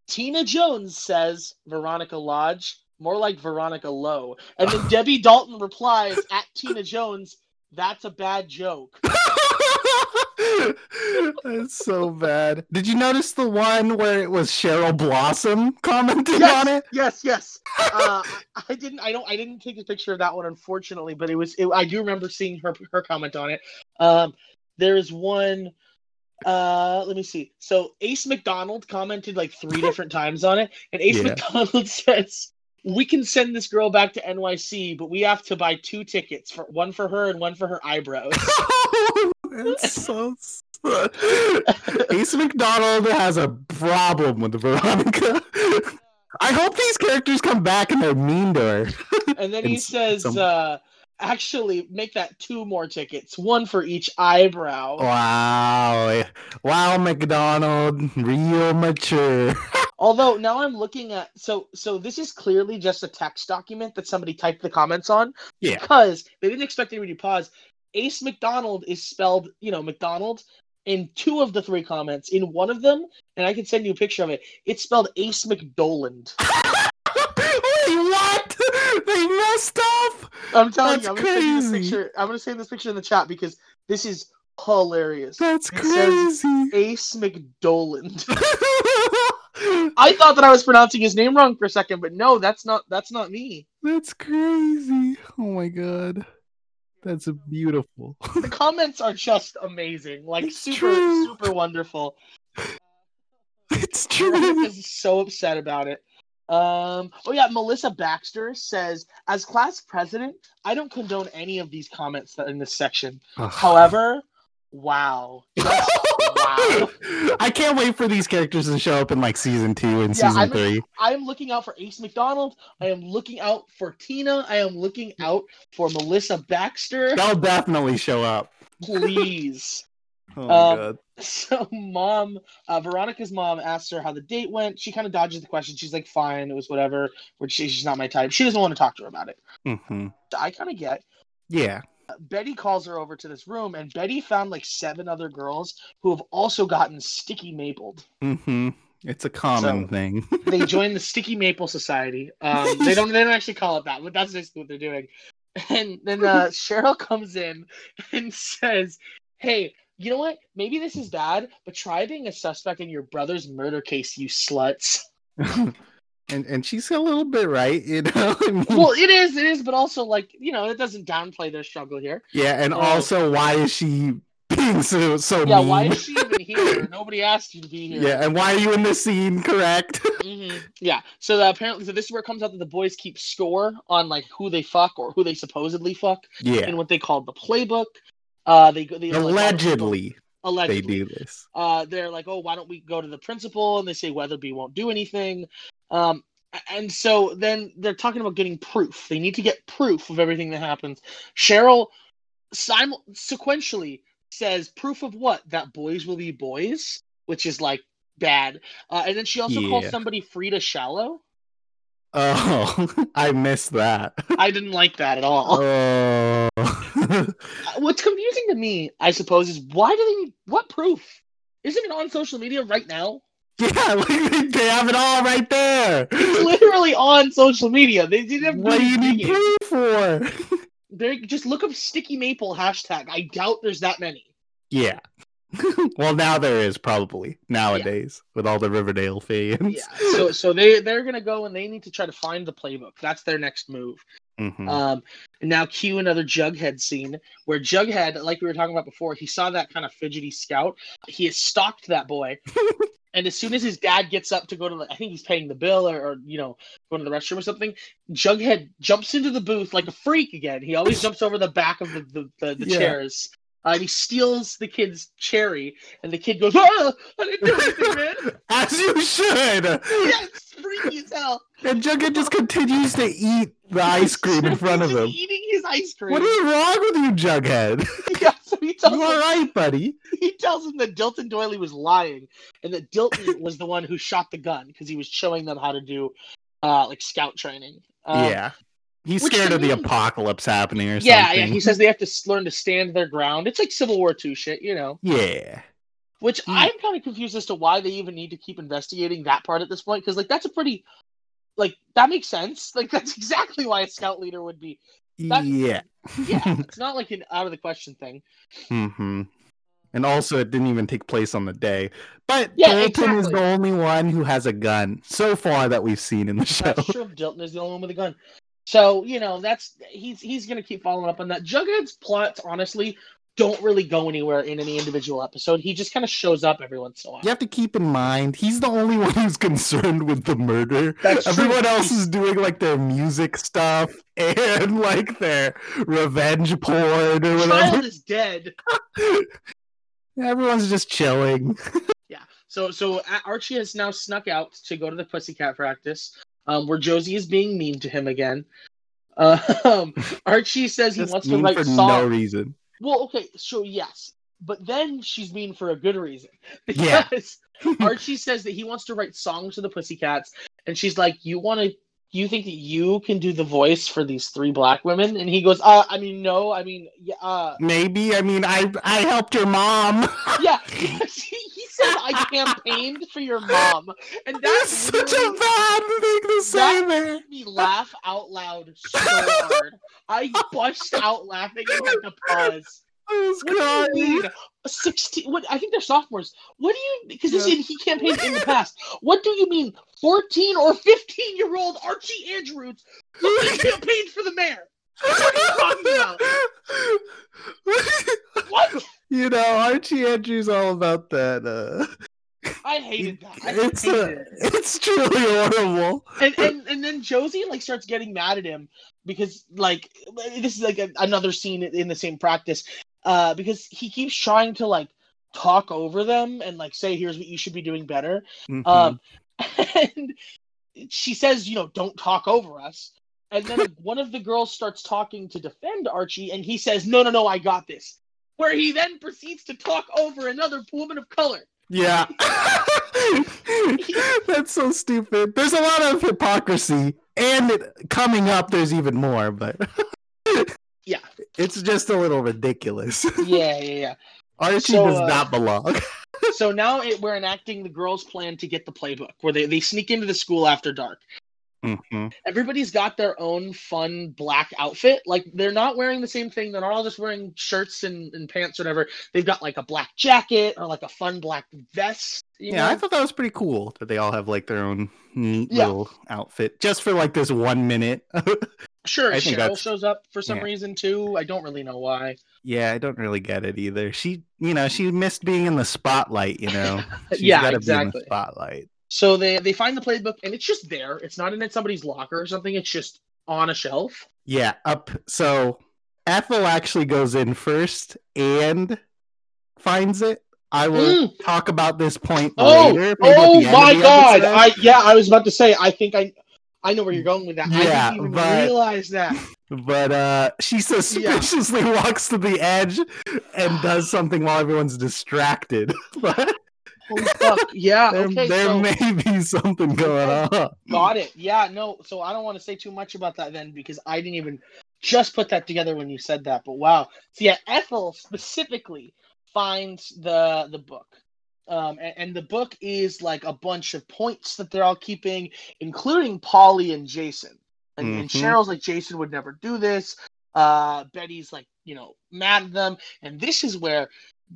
[SPEAKER 1] Tina Jones says Veronica Lodge, more like Veronica Lowe. And then Debbie Dalton replies at Tina Jones, that's a bad joke.
[SPEAKER 2] that's so bad did you notice the one where it was cheryl blossom (laughs) commenting
[SPEAKER 1] Yes,
[SPEAKER 2] on it
[SPEAKER 1] yes, yes. Uh, I- I didn't. I don't. I didn't take a picture of that one, unfortunately. But it was. It, I do remember seeing her her comment on it. Um, there is one. Uh, let me see. So Ace McDonald commented like
[SPEAKER 2] (laughs)
[SPEAKER 1] three different times on it, and Ace
[SPEAKER 2] Yeah.
[SPEAKER 1] McDonald (laughs) says, "We can send this girl back to NYC, but we have to buy two tickets for one for her and one for her
[SPEAKER 2] (laughs)
[SPEAKER 1] eyebrows."
[SPEAKER 2] that's so Ace McDonald has a problem with Veronica. (laughs) I hope these characters come back and they're mean to her.
[SPEAKER 1] and then he
[SPEAKER 2] And
[SPEAKER 1] says,
[SPEAKER 2] some-
[SPEAKER 1] uh, "Actually, make that two more tickets, one for each eyebrow."
[SPEAKER 2] Oh, Wow. Wow, McDonald. Real mature.
[SPEAKER 1] Although now I'm looking at so so this is clearly just a text document that somebody typed the comments on.
[SPEAKER 2] Yeah.
[SPEAKER 1] Because they didn't expect anybody to pause. Ace McDonald is spelled, you know, McDonald in two of the three comments. In one of them, and I can send you a picture of it, it's spelled Ace McDoland.
[SPEAKER 2] Wait, what? They messed up?
[SPEAKER 1] I'm telling
[SPEAKER 2] That's
[SPEAKER 1] you, I'm gonna send you this
[SPEAKER 2] crazy.
[SPEAKER 1] picture. I'm gonna send this picture in the chat because this is hilarious.
[SPEAKER 2] That's
[SPEAKER 1] It says-
[SPEAKER 2] crazy. (laughs)
[SPEAKER 1] Ace McDoland. (laughs) I thought that I was pronouncing his name wrong for a second, but no, that's not that's not me.
[SPEAKER 2] That's crazy. Oh my god. That's a beautiful. (laughs)
[SPEAKER 1] The comments are just amazing. Like
[SPEAKER 2] It's
[SPEAKER 1] super,
[SPEAKER 2] true.
[SPEAKER 1] super wonderful.
[SPEAKER 2] It's
[SPEAKER 1] Everyone
[SPEAKER 2] (laughs) true.
[SPEAKER 1] is so upset about it. Um, oh yeah, Melissa Baxter says, as class president, I don't condone any of these comments that in this section. However, wow. Just wow.
[SPEAKER 2] (laughs) I can't wait for these characters to show up in like season two and
[SPEAKER 1] Yeah,
[SPEAKER 2] season
[SPEAKER 1] I'm-
[SPEAKER 2] three.
[SPEAKER 1] I am looking out for Ace McDonald. I am looking out for Tina. I am looking out for Melissa
[SPEAKER 2] (laughs)
[SPEAKER 1] Baxter.
[SPEAKER 2] They'll definitely show up.
[SPEAKER 1] Please.
[SPEAKER 2] Oh
[SPEAKER 1] Um, (laughs) So, mom, uh, Veronica's mom asks her how the date went. She kind of dodges the question. She's like, fine, it was whatever, which she, she's not my type. She doesn't want to talk to her about it.
[SPEAKER 2] hmm
[SPEAKER 1] I kind of get. uh,
[SPEAKER 2] Yeah.
[SPEAKER 1] Betty calls her over to this room, and Betty found like seven other girls who have also gotten sticky mapled.
[SPEAKER 2] hmm It's a common
[SPEAKER 1] So-
[SPEAKER 2] thing. (laughs)
[SPEAKER 1] They joined the Sticky Maple Society. Um, they don't they don't actually call it that, but that's basically what they're doing. And then
[SPEAKER 2] (laughs)
[SPEAKER 1] uh, Cheryl comes in and says, "Hey, you know what? Maybe this is bad, but try being a suspect in your brother's murder case, you sluts."
[SPEAKER 2] and and she's a little bit right, you know. (laughs) I mean,
[SPEAKER 1] well, it is, it is, but also like you know, it doesn't downplay their struggle here.
[SPEAKER 2] yeah, and
[SPEAKER 1] oh.
[SPEAKER 2] also why is she being so so
[SPEAKER 1] Yeah,
[SPEAKER 2] mean?
[SPEAKER 1] why is she even
[SPEAKER 2] (laughs)
[SPEAKER 1] here? Nobody asked you to be here.
[SPEAKER 2] yeah, and why are you in this scene? Correct. (laughs)
[SPEAKER 1] hmm Yeah. So that apparently, so this is where it comes out that the boys keep score on like who they fuck or who they supposedly fuck
[SPEAKER 2] Yeah,
[SPEAKER 1] in what they call the playbook. Uh, they go. They, like,
[SPEAKER 2] allegedly they
[SPEAKER 1] allegedly.
[SPEAKER 2] do this.
[SPEAKER 1] Uh, they're like, oh, why don't we go to the principal? And they say Weatherby won't do anything. Um, a- and so then they're talking about getting proof. They need to get proof of everything that happens. Cheryl sim- sequentially says proof of what? That boys will be boys, which is like bad. Uh, and then she also calls
[SPEAKER 2] Yeah.
[SPEAKER 1] somebody Frida Shallow.
[SPEAKER 2] Oh, (laughs) I missed that.
[SPEAKER 1] I didn't like that at all.
[SPEAKER 2] (laughs) Oh, (laughs)
[SPEAKER 1] What's confusing to me, I suppose, is why do they need what proof? Isn't it on social media right
[SPEAKER 2] (laughs)
[SPEAKER 1] now?
[SPEAKER 2] yeah, like, they have it all right there.
[SPEAKER 1] It's literally on social media. They didn't have
[SPEAKER 2] What do you need
[SPEAKER 1] proof?
[SPEAKER 2] proof for? (laughs)
[SPEAKER 1] They just look up sticky maple hashtag. I doubt there's that
[SPEAKER 2] (laughs)
[SPEAKER 1] many.
[SPEAKER 2] Yeah.
[SPEAKER 1] (laughs)
[SPEAKER 2] well, now there is probably nowadays with all the Riverdale fans.
[SPEAKER 1] Yeah. So so they they're gonna go and they need to try to find the playbook. That's their next move.
[SPEAKER 2] Mhm.
[SPEAKER 1] Um, and now cue another Jughead scene where Jughead, like we were talking about before, he saw that kind of fidgety scout. He has stalked that
[SPEAKER 2] (laughs)
[SPEAKER 1] boy. and as soon as his dad gets up to go to, the, I think he's paying the bill or, or, you know, going to the restroom or something, Jughead jumps into the booth like a freak again. He always jumps over the back of the, the, the, the
[SPEAKER 2] Yeah.
[SPEAKER 1] chairs. Uh, and he steals the kid's cherry, and the kid goes, "Oh, I didn't do anything, man!"
[SPEAKER 2] (laughs) As you should.
[SPEAKER 1] yeah, it's freaky as hell.
[SPEAKER 2] And Jughead just continues to eat the ice cream in front of
[SPEAKER 1] He's just
[SPEAKER 2] him.
[SPEAKER 1] eating his ice cream.
[SPEAKER 2] What is wrong with you,
[SPEAKER 1] (laughs)
[SPEAKER 2] Jughead?
[SPEAKER 1] Yeah, so he tells
[SPEAKER 2] You
[SPEAKER 1] him-
[SPEAKER 2] all right, buddy?
[SPEAKER 1] (laughs) he tells him that Dilton Doily was lying and that
[SPEAKER 2] (laughs)
[SPEAKER 1] Dilton was the one who shot the gun because he was showing them how to do uh, like scout training. Um,
[SPEAKER 2] yeah. He's
[SPEAKER 1] which
[SPEAKER 2] scared
[SPEAKER 1] to
[SPEAKER 2] of the
[SPEAKER 1] me-
[SPEAKER 2] apocalypse happening or
[SPEAKER 1] Yeah, yeah.
[SPEAKER 2] something.
[SPEAKER 1] He says they have to s- learn to stand their ground. It's like Civil War II shit, you know.
[SPEAKER 2] yeah.
[SPEAKER 1] Which
[SPEAKER 2] Hmm.
[SPEAKER 1] I'm kind of confused as to why they even need to keep investigating that part at this point because like that's a pretty like that makes sense. Like that's (laughs) exactly why a scout leader would be. That-
[SPEAKER 2] Yeah.
[SPEAKER 1] Yeah,
[SPEAKER 2] (laughs)
[SPEAKER 1] it's not like an out of the question thing.
[SPEAKER 2] hmm And also, it didn't even take place on the day. But
[SPEAKER 1] Yeah,
[SPEAKER 2] Dalton is
[SPEAKER 1] exactly.
[SPEAKER 2] the only one who has a gun so far that we've seen in the show.
[SPEAKER 1] That's true. Dilton is the only one with a gun. So you know that's he's he's gonna keep following up on that. Jughead's plots honestly don't really go anywhere in any individual episode. He just kind of shows up every once in a while.
[SPEAKER 2] You have to keep in mind he's the only one who's concerned with the murder.
[SPEAKER 1] That's true.
[SPEAKER 2] Everyone else is doing like their music stuff (laughs) and like their revenge porn or
[SPEAKER 1] The
[SPEAKER 2] whatever.
[SPEAKER 1] child is dead.
[SPEAKER 2] Everyone's just chilling.
[SPEAKER 1] Yeah. So so A- Archie has now snuck out to go to the pussycat practice, um, where Josie is being mean to him again. (laughs) Um, Archie says he
[SPEAKER 2] Just
[SPEAKER 1] wants to
[SPEAKER 2] mean
[SPEAKER 1] write
[SPEAKER 2] for no
[SPEAKER 1] songs.
[SPEAKER 2] reason.
[SPEAKER 1] well, okay, so yes, but then she's mean for a good reason (laughs)
[SPEAKER 2] Yeah.
[SPEAKER 1] because Archie says that he wants to write songs for the Pussycats, and she's like, "You want to? You think that you can do the voice for these three black women?" And he goes, uh, "I mean, no. I mean, yeah, uh,
[SPEAKER 2] Maybe I mean I I helped your mom. (laughs)
[SPEAKER 1] yeah." (laughs) he he says, "I campaigned for your mom," and
[SPEAKER 2] That's
[SPEAKER 1] that's
[SPEAKER 2] such a bad thing to say
[SPEAKER 1] That-
[SPEAKER 2] there.
[SPEAKER 1] made me laugh out loud so hard. I bushed out laughing and had to pause.
[SPEAKER 2] I was
[SPEAKER 1] What do you
[SPEAKER 2] crying.
[SPEAKER 1] mean? Sixteen? What? I think they're sophomores. What do you? Because this
[SPEAKER 2] Yeah.
[SPEAKER 1] is he campaigned in the past. What do you mean? Fourteen or fifteen year old Archie Andrews fucking campaigned for the mayor? What are you talking about? What?
[SPEAKER 2] (laughs) you know, Archie Andrews all about that. Uh, (laughs)
[SPEAKER 1] I hated that. I
[SPEAKER 2] it's
[SPEAKER 1] hated
[SPEAKER 2] uh
[SPEAKER 1] it.
[SPEAKER 2] it's truly horrible.
[SPEAKER 1] and, and and then Josie like starts getting mad at him because like this is like a, another scene in the same practice uh because he keeps trying to like talk over them and like say here's what you should be doing better
[SPEAKER 2] Mhm.
[SPEAKER 1] um (laughs) and she says you know don't talk over us and (laughs) then one of the girls starts talking to defend Archie and he says no no no I got this where he then proceeds to talk over another woman of color (laughs)
[SPEAKER 2] yeah. (laughs) That's so stupid. There's a lot of hypocrisy, and it, coming up, there's even more. But (laughs)
[SPEAKER 1] yeah
[SPEAKER 2] it's just a little ridiculous. (laughs)
[SPEAKER 1] yeah yeah yeah
[SPEAKER 2] Archie
[SPEAKER 1] So,
[SPEAKER 2] does
[SPEAKER 1] uh,
[SPEAKER 2] not belong. (laughs)
[SPEAKER 1] so now it, we're enacting the girls' plan to get the playbook, where they, they sneak into the school after dark.
[SPEAKER 2] Mhm.
[SPEAKER 1] Everybody's got their own fun black outfit. Like they're not wearing the same thing. They're not all just wearing shirts and, and pants, or whatever. They've got like a black jacket or like a fun black vest. you
[SPEAKER 2] Yeah, I
[SPEAKER 1] know?
[SPEAKER 2] thought that was pretty cool that they all have like their own neat
[SPEAKER 1] Yeah.
[SPEAKER 2] little outfit just for like this one minute. (laughs)
[SPEAKER 1] sure.
[SPEAKER 2] I think
[SPEAKER 1] Cheryl
[SPEAKER 2] that's-
[SPEAKER 1] shows up for some
[SPEAKER 2] yeah.
[SPEAKER 1] reason too. I don't really know why.
[SPEAKER 2] yeah, I don't really get it either. She, you know, she missed being in the spotlight. You
[SPEAKER 1] (laughs)
[SPEAKER 2] know, She's
[SPEAKER 1] Yeah,
[SPEAKER 2] gotta Be
[SPEAKER 1] exactly.
[SPEAKER 2] in the spotlight.
[SPEAKER 1] So they they find the playbook and it's just there. It's not in somebody's locker or something. It's just on a shelf.
[SPEAKER 2] Yeah, up. So Ethel actually goes in first and finds it. I will
[SPEAKER 1] Mm.
[SPEAKER 2] talk about this point
[SPEAKER 1] Oh,
[SPEAKER 2] later. maybe at the
[SPEAKER 1] oh
[SPEAKER 2] end of
[SPEAKER 1] my
[SPEAKER 2] the
[SPEAKER 1] god!
[SPEAKER 2] episode.
[SPEAKER 1] I yeah, I was about to say. I think I, I know where you're going with that. I
[SPEAKER 2] Yeah,
[SPEAKER 1] didn't even
[SPEAKER 2] but-
[SPEAKER 1] realize that.
[SPEAKER 2] But uh, she suspiciously (laughs) walks to the edge and does something while everyone's distracted. (laughs) but
[SPEAKER 1] Holy fuck!
[SPEAKER 2] (laughs)
[SPEAKER 1] Yeah.
[SPEAKER 2] there,
[SPEAKER 1] okay.
[SPEAKER 2] there
[SPEAKER 1] so,
[SPEAKER 2] may be something going on.
[SPEAKER 1] got it. Yeah. No. So I don't want to say too much about that then because I didn't even just put that together when you said that. But wow. So yeah, Ethel specifically finds the the book. Um, and, and the book is like a bunch of points that they're all keeping, including Polly and Jason. And, and
[SPEAKER 2] Mhm.
[SPEAKER 1] Cheryl's like, Jason would never do this. Uh, Betty's like, you know, mad at them. And this is where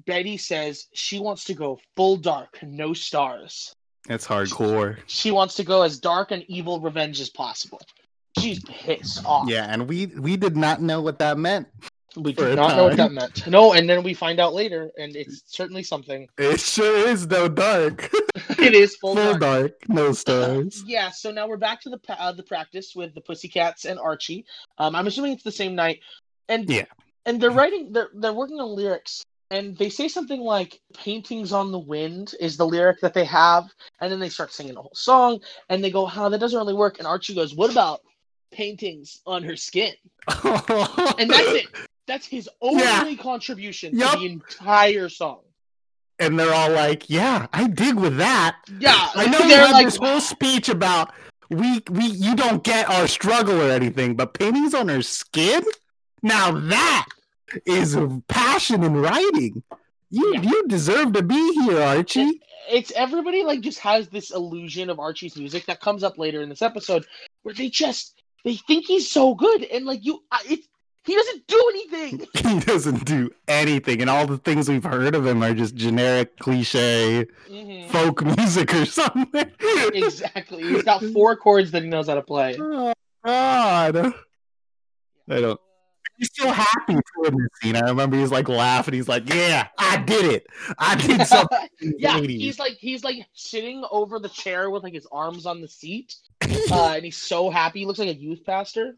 [SPEAKER 1] Betty says she wants to go full dark, no stars.
[SPEAKER 2] That's hardcore.
[SPEAKER 1] She wants to go as dark and evil revenge as possible. She's pissed off.
[SPEAKER 2] Yeah, and we we did not know what that meant.
[SPEAKER 1] we
[SPEAKER 2] for
[SPEAKER 1] did
[SPEAKER 2] a
[SPEAKER 1] not know what that
[SPEAKER 2] time.
[SPEAKER 1] meant. No, and then we find out later, and it's certainly something.
[SPEAKER 2] It sure is though dark.
[SPEAKER 1] (laughs) It is full,
[SPEAKER 2] Full
[SPEAKER 1] dark.
[SPEAKER 2] dark. no stars.
[SPEAKER 1] Yeah, so now we're back to the pa- uh, the practice with the Pussycats and Archie. Um, I'm assuming it's the same night, and
[SPEAKER 2] Yeah.
[SPEAKER 1] and they're writing they're they're working on lyrics, and they say something like "paintings on the wind" is the lyric that they have, and then they start singing a whole song, and they go, "Huh, that doesn't really work." And Archie goes, "What about paintings on her skin?"
[SPEAKER 2] (laughs)
[SPEAKER 1] And that's it. That's his only
[SPEAKER 2] Yeah.
[SPEAKER 1] contribution
[SPEAKER 2] Yup.
[SPEAKER 1] to the entire song.
[SPEAKER 2] and they're all like, "Yeah, I dig with that."
[SPEAKER 1] Yeah,
[SPEAKER 2] I know you
[SPEAKER 1] they're
[SPEAKER 2] had
[SPEAKER 1] like,
[SPEAKER 2] this whole speech about we we you don't get our struggle or anything, but paintings on her skin. Now that is passion in writing. You
[SPEAKER 1] Yeah.
[SPEAKER 2] you deserve to be here, Archie.
[SPEAKER 1] it's everybody like just has this illusion of Archie's music that comes up later in this episode where they just they think he's so good and like you I- it he doesn't do
[SPEAKER 2] (laughs)
[SPEAKER 1] anything.
[SPEAKER 2] He doesn't do anything, and all the things we've heard of him are just generic cliche folk (laughs) music or something.
[SPEAKER 1] Mm-hmm. exactly. He's got four chords that he knows how to play.
[SPEAKER 2] (laughs) Oh, God. I don't. He's so happy too in this scene. I remember he's like laughing. He's like, "Yeah, I did it. I
[SPEAKER 1] (laughs)
[SPEAKER 2] did something." in the
[SPEAKER 1] yeah,
[SPEAKER 2] 80s."
[SPEAKER 1] he's like he's like sitting over the chair with like his arms on the seat. Uh, and he's so happy. He looks like a youth pastor.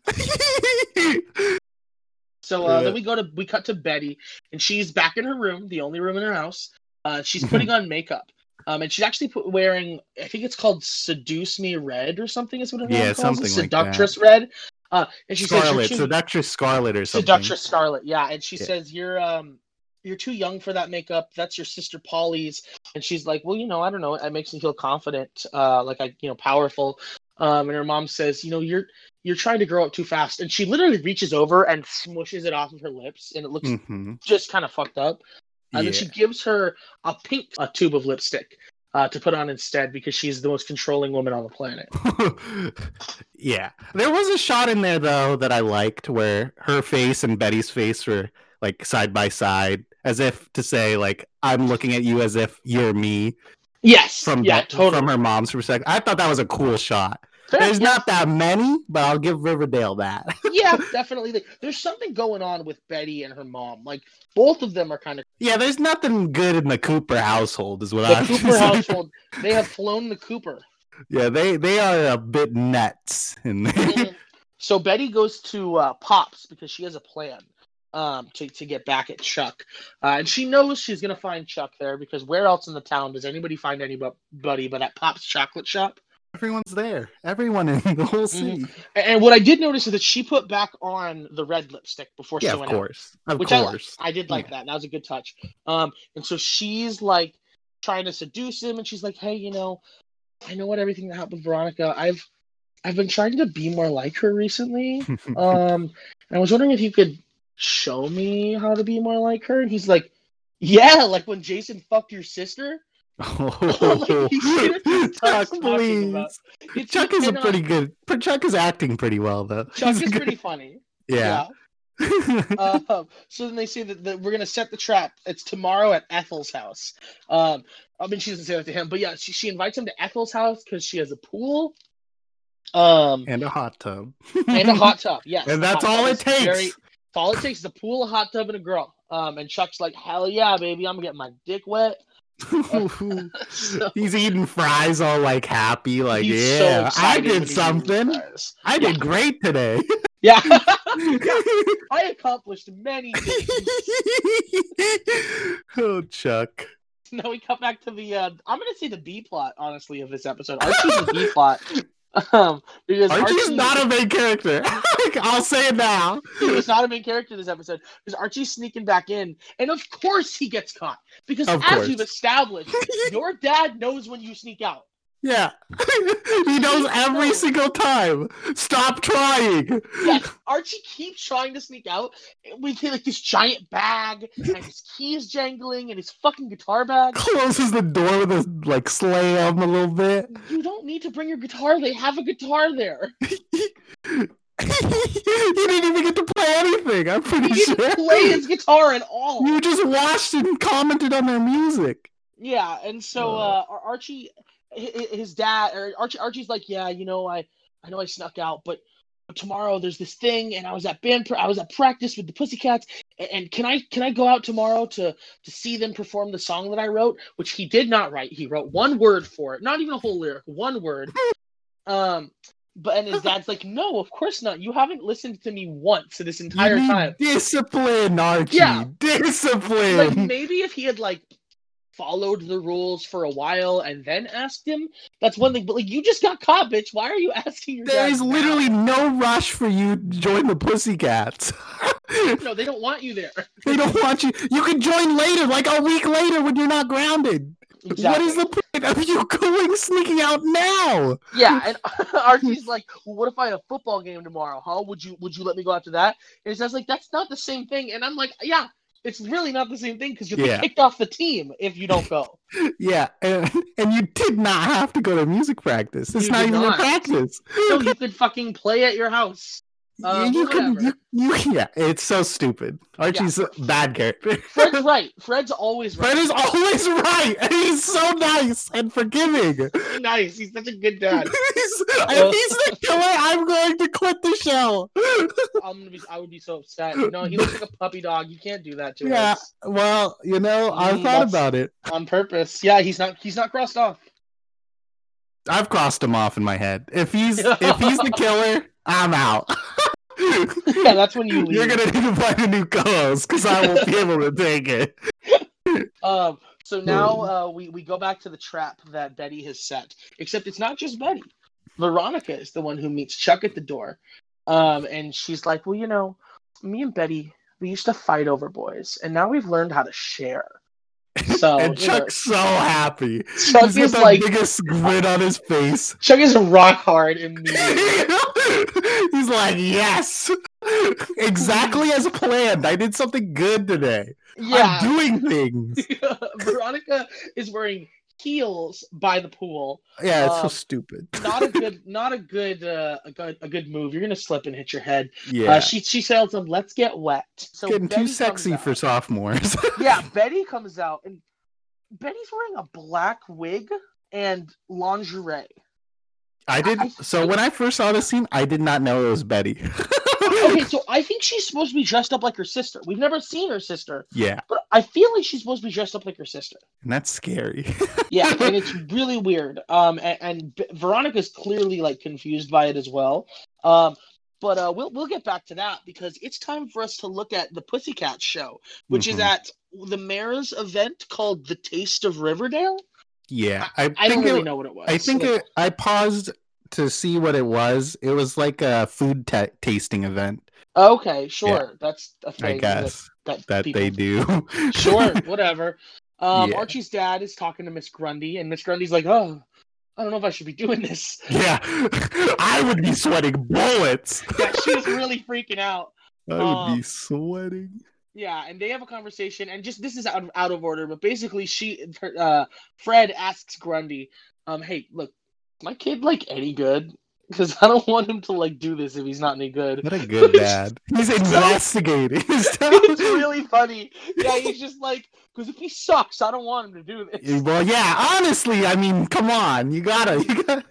[SPEAKER 1] So uh,
[SPEAKER 2] Yeah.
[SPEAKER 1] then we go to we cut to Betty, and she's back in her room, the only room in her house. Uh, she's
[SPEAKER 2] (laughs)
[SPEAKER 1] putting on makeup, um, and she's actually put, wearing I think it's called "Seduce Me Red" or something is what it
[SPEAKER 2] Yeah,
[SPEAKER 1] calls it.
[SPEAKER 2] something like that.
[SPEAKER 1] Seductress Red. Uh, and she
[SPEAKER 2] (laughs) Scarlet,
[SPEAKER 1] says, "You're too,
[SPEAKER 2] seductress Scarlet or something.
[SPEAKER 1] Seductress Scarlet." Yeah, and she
[SPEAKER 2] Yeah.
[SPEAKER 1] says, "You're um." You're too young for that makeup. That's your sister Polly's, and she's like, "Well, you know, I don't know. It makes me feel confident, uh, like I, you know, powerful." Um, and her mom says, "You know, you're you're trying to grow up too fast. And she literally reaches over and smushes it off of her lips, and it looks
[SPEAKER 2] Mhm.
[SPEAKER 1] just kind of fucked up. And
[SPEAKER 2] Yeah.
[SPEAKER 1] then she gives her a pink uh, tube of lipstick uh, to put on instead because she's the most controlling woman on the planet.
[SPEAKER 2] (laughs) yeah. There was a shot in there though that I liked where her face and Betty's face were like side by side, as if to say, like, I'm looking at you as if you're me
[SPEAKER 1] Yes.
[SPEAKER 2] from
[SPEAKER 1] yeah,
[SPEAKER 2] Bet-
[SPEAKER 1] totally.
[SPEAKER 2] from her mom's perspective. I thought that was a cool shot.
[SPEAKER 1] Fair,
[SPEAKER 2] There's
[SPEAKER 1] yeah.
[SPEAKER 2] not that many, but I'll give Riverdale that.
[SPEAKER 1] yeah, definitely. There's something going on with Betty and her mom. Like both of them are kind of
[SPEAKER 2] Yeah, there's nothing good in the Cooper household, is what
[SPEAKER 1] the
[SPEAKER 2] I'm (laughs)
[SPEAKER 1] Cooper household. They have flown the Cooper.
[SPEAKER 2] Yeah, they they are a bit nuts in there.
[SPEAKER 1] And so Betty goes to uh, Pops because she has a plan um, to to get back at Chuck, uh, and she knows she's gonna find Chuck there because where else in the town does anybody find anybody but at Pops Chocolate Shop?
[SPEAKER 2] (laughs) Everyone's there. Everyone in the whole city.
[SPEAKER 1] A- And what I did notice is that she put back on the red lipstick before
[SPEAKER 2] Yeah,
[SPEAKER 1] she
[SPEAKER 2] of
[SPEAKER 1] went out.
[SPEAKER 2] course. Of
[SPEAKER 1] which I liked. (laughs)
[SPEAKER 2] course. (laughs)
[SPEAKER 1] I did like that. That was a good touch. Um, and so she's like trying to seduce him, and she's like, "Hey, you know, I know what everything that happened with Veronica. I've I've been trying to be more like her
[SPEAKER 2] (laughs)
[SPEAKER 1] recently. Um, and I was wondering if you could show me how to be more like her." And he's like, "Yeah, like when Jason fucked your sister."
[SPEAKER 2] Oh, (laughs)
[SPEAKER 1] you see what this
[SPEAKER 2] Chuck,
[SPEAKER 1] Chuck's talking about.
[SPEAKER 2] please.
[SPEAKER 1] You- you
[SPEAKER 2] Chuck is a
[SPEAKER 1] cannot-
[SPEAKER 2] pretty good. Chuck is acting pretty well though.
[SPEAKER 1] Chuck
[SPEAKER 2] He's
[SPEAKER 1] is
[SPEAKER 2] good-
[SPEAKER 1] pretty funny.
[SPEAKER 2] (laughs)
[SPEAKER 1] (laughs)
[SPEAKER 2] Yeah.
[SPEAKER 1] um, so then they say that, that we're gonna set the trap. It's tomorrow at Ethel's house. Um, I mean, she doesn't say that to him, but yeah, she, she invites him to Ethel's house because she has a pool, um,
[SPEAKER 2] (laughs) and a hot tub.
[SPEAKER 1] and a
[SPEAKER 2] (laughs)
[SPEAKER 1] hot tub. Yes,
[SPEAKER 2] And
[SPEAKER 1] the
[SPEAKER 2] that's
[SPEAKER 1] hot tub
[SPEAKER 2] all it
[SPEAKER 1] is
[SPEAKER 2] takes.
[SPEAKER 1] very- that's all it takes is a pool, a hot tub, and a girl. Um, and Chuck's like, "Hell yeah, baby! I'm gonna get my dick wet." (laughs) So
[SPEAKER 2] He's eating fries all like happy, like
[SPEAKER 1] he's so
[SPEAKER 2] yeah, I
[SPEAKER 1] excited when
[SPEAKER 2] did
[SPEAKER 1] he
[SPEAKER 2] something.
[SPEAKER 1] realizes.
[SPEAKER 2] I did great today.
[SPEAKER 1] Yeah, (laughs) I accomplished many things.
[SPEAKER 2] (laughs) oh, Chuck.
[SPEAKER 1] (laughs) No, we cut back to the. Uh, I'm gonna say the B plot, honestly, of this episode. Archie's the B plot. (laughs) Um, because
[SPEAKER 2] Archie's
[SPEAKER 1] Archie- (laughs)
[SPEAKER 2] not a main character. (laughs) I'll say it now.
[SPEAKER 1] He was not a main character this episode because Archie's sneaking back in, and of course he gets caught because
[SPEAKER 2] Of
[SPEAKER 1] as
[SPEAKER 2] course.
[SPEAKER 1] you've
[SPEAKER 2] (laughs)
[SPEAKER 1] established, your dad knows when you sneak out.
[SPEAKER 2] Yeah. (laughs) he knows every
[SPEAKER 1] No.
[SPEAKER 2] single time. Stop trying.
[SPEAKER 1] Yes, Archie keeps trying to sneak out with like this giant bag and his keys jangling and his fucking guitar bag.
[SPEAKER 2] Closes the door with a like slam a little bit. (laughs)
[SPEAKER 1] You don't need to bring your guitar. They have a guitar there.
[SPEAKER 2] he didn't even get to play anything, I'm
[SPEAKER 1] He
[SPEAKER 2] pretty sure.
[SPEAKER 1] didn't play his guitar at all.
[SPEAKER 2] You just watched and commented on their music.
[SPEAKER 1] Yeah, and so
[SPEAKER 2] Uh.
[SPEAKER 1] uh, Ar- Archie, hi- hi- his dad, or Archie, Archie's like, yeah, you know, I, I know I snuck out, but tomorrow there's this thing, and I was at band, pra- I was at practice with the Pussycats, and, and can I, can I go out tomorrow to, to see them perform the song that I wrote, which he did not write. He wrote one word for it, not even a whole lyric, one word. Um, but and his dad's like, no, of course not. You haven't listened to me once this entire
[SPEAKER 2] You need
[SPEAKER 1] time.
[SPEAKER 2] Discipline, Archie.
[SPEAKER 1] Yeah.
[SPEAKER 2] Discipline.
[SPEAKER 1] like
[SPEAKER 2] (laughs)
[SPEAKER 1] maybe if he had like followed the rules for a while and then asked him, that's one thing. But like you just got caught, bitch. Why are you (laughs) asking your
[SPEAKER 2] There
[SPEAKER 1] dad
[SPEAKER 2] is
[SPEAKER 1] now?
[SPEAKER 2] literally no rush for you to join
[SPEAKER 1] (laughs)
[SPEAKER 2] the Pussycats.
[SPEAKER 1] no, they don't want you there.
[SPEAKER 2] they don't want you. You can join later, like a week later when you're not grounded. (laughs) What is the point of you going sneaking out now?
[SPEAKER 1] Yeah,
[SPEAKER 2] (laughs)
[SPEAKER 1] and (laughs) Archie's like, well, what if I had a football game tomorrow, huh? Would you would you let me go after that? And his dad's like, that's not the same thing. And I'm like, yeah, it's really not the same thing because you'll
[SPEAKER 2] Yeah.
[SPEAKER 1] get kicked off the team if you don't
[SPEAKER 2] (laughs)
[SPEAKER 1] go.
[SPEAKER 2] Yeah, and, and you did not have to go to music practice. It's
[SPEAKER 1] You
[SPEAKER 2] not
[SPEAKER 1] did
[SPEAKER 2] even
[SPEAKER 1] not.
[SPEAKER 2] a practice.
[SPEAKER 1] so you could fucking play at your house. Uh,
[SPEAKER 2] you can,
[SPEAKER 1] whatever.
[SPEAKER 2] you, you, yeah, it's so stupid. Archie's a bad character. (laughs)
[SPEAKER 1] Fred's right. Fred's always right.
[SPEAKER 2] Fred is always right, and he's so nice and forgiving.
[SPEAKER 1] (laughs) nice. He's such a good dad.
[SPEAKER 2] (laughs) He's- if he's the killer, I'm going to quit the show.
[SPEAKER 1] I'm gonna be. I would be so
[SPEAKER 2] (laughs)
[SPEAKER 1] upset. You know, he looks like a puppy dog. You can't do that to
[SPEAKER 2] Yeah.
[SPEAKER 1] us
[SPEAKER 2] Well, you know, I've
[SPEAKER 1] Mm,
[SPEAKER 2] thought
[SPEAKER 1] that's-
[SPEAKER 2] about it.
[SPEAKER 1] on purpose. Yeah, he's not. He's not crossed off.
[SPEAKER 2] I've crossed him off in my head. If (laughs) he's if he's the killer, I'm out. (laughs)
[SPEAKER 1] Yeah, that's when you leave.
[SPEAKER 2] You're gonna need to find a new co-host because I won't be able to take
[SPEAKER 1] (laughs)
[SPEAKER 2] it.
[SPEAKER 1] Um. So now uh, we we go back to the trap that Betty has set. Except it's not just Betty. Veronica is the one who meets Chuck at the door. Um, and she's like, "Well, you know, me and Betty, we used to fight over boys, and now we've learned how to
[SPEAKER 2] (laughs)
[SPEAKER 1] share." So
[SPEAKER 2] and
[SPEAKER 1] you know,
[SPEAKER 2] Chuck's so happy.
[SPEAKER 1] Chuck
[SPEAKER 2] he's got
[SPEAKER 1] is
[SPEAKER 2] the
[SPEAKER 1] like
[SPEAKER 2] biggest grin on his face. (laughs)
[SPEAKER 1] Chuck is rock hard immediately.
[SPEAKER 2] he's like, yes, (laughs) exactly as planned. I did something good today.
[SPEAKER 1] yeah.
[SPEAKER 2] I'm doing things.
[SPEAKER 1] (laughs) Veronica is wearing heels by the pool.
[SPEAKER 2] Yeah, it's so
[SPEAKER 1] Um,
[SPEAKER 2] stupid.
[SPEAKER 1] Not a good, not a good, uh, a good, a good move. You're gonna slip and hit your head.
[SPEAKER 2] Yeah,
[SPEAKER 1] Uh, she she tells him, "Let's get wet." So
[SPEAKER 2] getting
[SPEAKER 1] Betty
[SPEAKER 2] too
[SPEAKER 1] comes
[SPEAKER 2] sexy
[SPEAKER 1] out.
[SPEAKER 2] for sophomores.
[SPEAKER 1] (laughs) yeah, Betty comes out and Betty's wearing a black wig and lingerie.
[SPEAKER 2] I did.
[SPEAKER 1] I-
[SPEAKER 2] so when I first saw this scene, I did not know it was Betty.
[SPEAKER 1] Okay, so I think she's supposed to be dressed up like her sister. We've never seen her sister,
[SPEAKER 2] (laughs) yeah,
[SPEAKER 1] but I feel like she's supposed to be dressed up like her sister.
[SPEAKER 2] and that's scary. (laughs)
[SPEAKER 1] Yeah, and it's really weird. Um, and, and B- Veronica's clearly like confused by it as well. Um, but uh, we'll we'll get back to that because it's time for us to look at the Pussycat Show, which
[SPEAKER 2] Mhm.
[SPEAKER 1] is at the mayor's event called the Taste of Riverdale.
[SPEAKER 2] yeah,
[SPEAKER 1] I
[SPEAKER 2] I,
[SPEAKER 1] don't
[SPEAKER 2] think
[SPEAKER 1] really
[SPEAKER 2] it,
[SPEAKER 1] know what it was.
[SPEAKER 2] I think
[SPEAKER 1] Like,
[SPEAKER 2] it, I paused to see what it was. It was like a food ta tasting event,
[SPEAKER 1] okay, sure, that's a thing
[SPEAKER 2] I guess
[SPEAKER 1] that, that,
[SPEAKER 2] that
[SPEAKER 1] people
[SPEAKER 2] they do. (laughs)
[SPEAKER 1] sure, whatever. Um,
[SPEAKER 2] Yeah.
[SPEAKER 1] Archie's dad is talking to Miss Grundy, and Miss Grundy's like, "Oh, I don't know if I should be doing this." (laughs)
[SPEAKER 2] yeah, (laughs) I would be sweating bullets.
[SPEAKER 1] Yeah, she was really freaking out.
[SPEAKER 2] I would
[SPEAKER 1] Um,
[SPEAKER 2] be sweating.
[SPEAKER 1] Yeah, and they have a conversation, and just this is out of, out of order, but basically, she, her, uh, Fred asks Grundy, "Um, hey, look, is my kid like any good? Because I don't want him to like do this if he's not any good." (laughs)
[SPEAKER 2] What a good dad. He's investigating. (laughs) His
[SPEAKER 1] it's
[SPEAKER 2] town.
[SPEAKER 1] really funny. Yeah, he's just like, because if he sucks, I don't want him to do this.
[SPEAKER 2] (laughs) (laughs) Well, yeah. Honestly, I mean, come on. You gotta, (laughs) you gotta,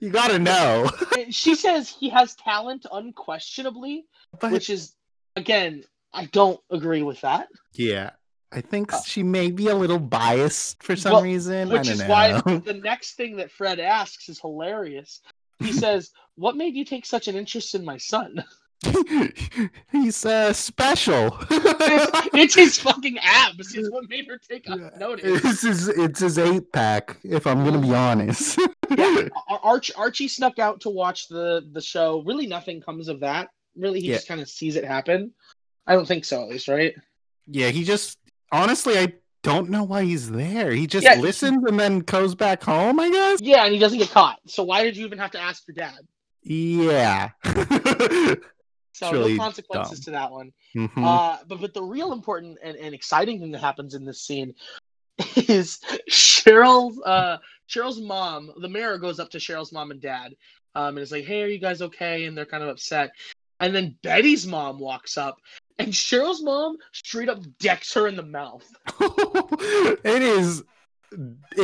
[SPEAKER 2] you gotta know.
[SPEAKER 1] And she says he has talent unquestionably,
[SPEAKER 2] But
[SPEAKER 1] which is again i don't agree with that
[SPEAKER 2] yeah, I think she may be a little biased for some
[SPEAKER 1] Uh, Well,
[SPEAKER 2] reason. I
[SPEAKER 1] which
[SPEAKER 2] don't
[SPEAKER 1] is
[SPEAKER 2] know.
[SPEAKER 1] why the next thing that fred asks is hilarious he (laughs) says what made you take such an interest in my son
[SPEAKER 2] (laughs)
[SPEAKER 1] (laughs)
[SPEAKER 2] he's uh, special.
[SPEAKER 1] it's, it's his fucking abs is what made her take
[SPEAKER 2] Yeah. (laughs)
[SPEAKER 1] notice
[SPEAKER 2] It's his, it's his eight pack. If I'm gonna
[SPEAKER 1] Mm.
[SPEAKER 2] be honest. (laughs)
[SPEAKER 1] yeah, Ar- Arch, archie snuck out to watch the the show really nothing comes of that really he
[SPEAKER 2] Yeah.
[SPEAKER 1] just kind of sees it happen i don't think so at least right
[SPEAKER 2] Yeah, he just honestly, I don't know why he's there. He just
[SPEAKER 1] Yeah, he-
[SPEAKER 2] listens and then goes back home. I guess.
[SPEAKER 1] yeah and he doesn't get caught so why did you even have to ask your dad
[SPEAKER 2] Yeah. (laughs) Mm-hmm.
[SPEAKER 1] so
[SPEAKER 2] It's really
[SPEAKER 1] no consequences
[SPEAKER 2] dumb.
[SPEAKER 1] to that one
[SPEAKER 2] Mhm.
[SPEAKER 1] Uh, but but the real important and, and exciting thing that happens in this scene (laughs) is Cheryl's uh, Cheryl's mom. The mayor goes up to Cheryl's mom and dad, um, and is like, "Hey, are you guys okay?" And they're kind of upset. And then Betty's mom walks up, and Cheryl's mom straight up decks her in the mouth.
[SPEAKER 2] (laughs) it is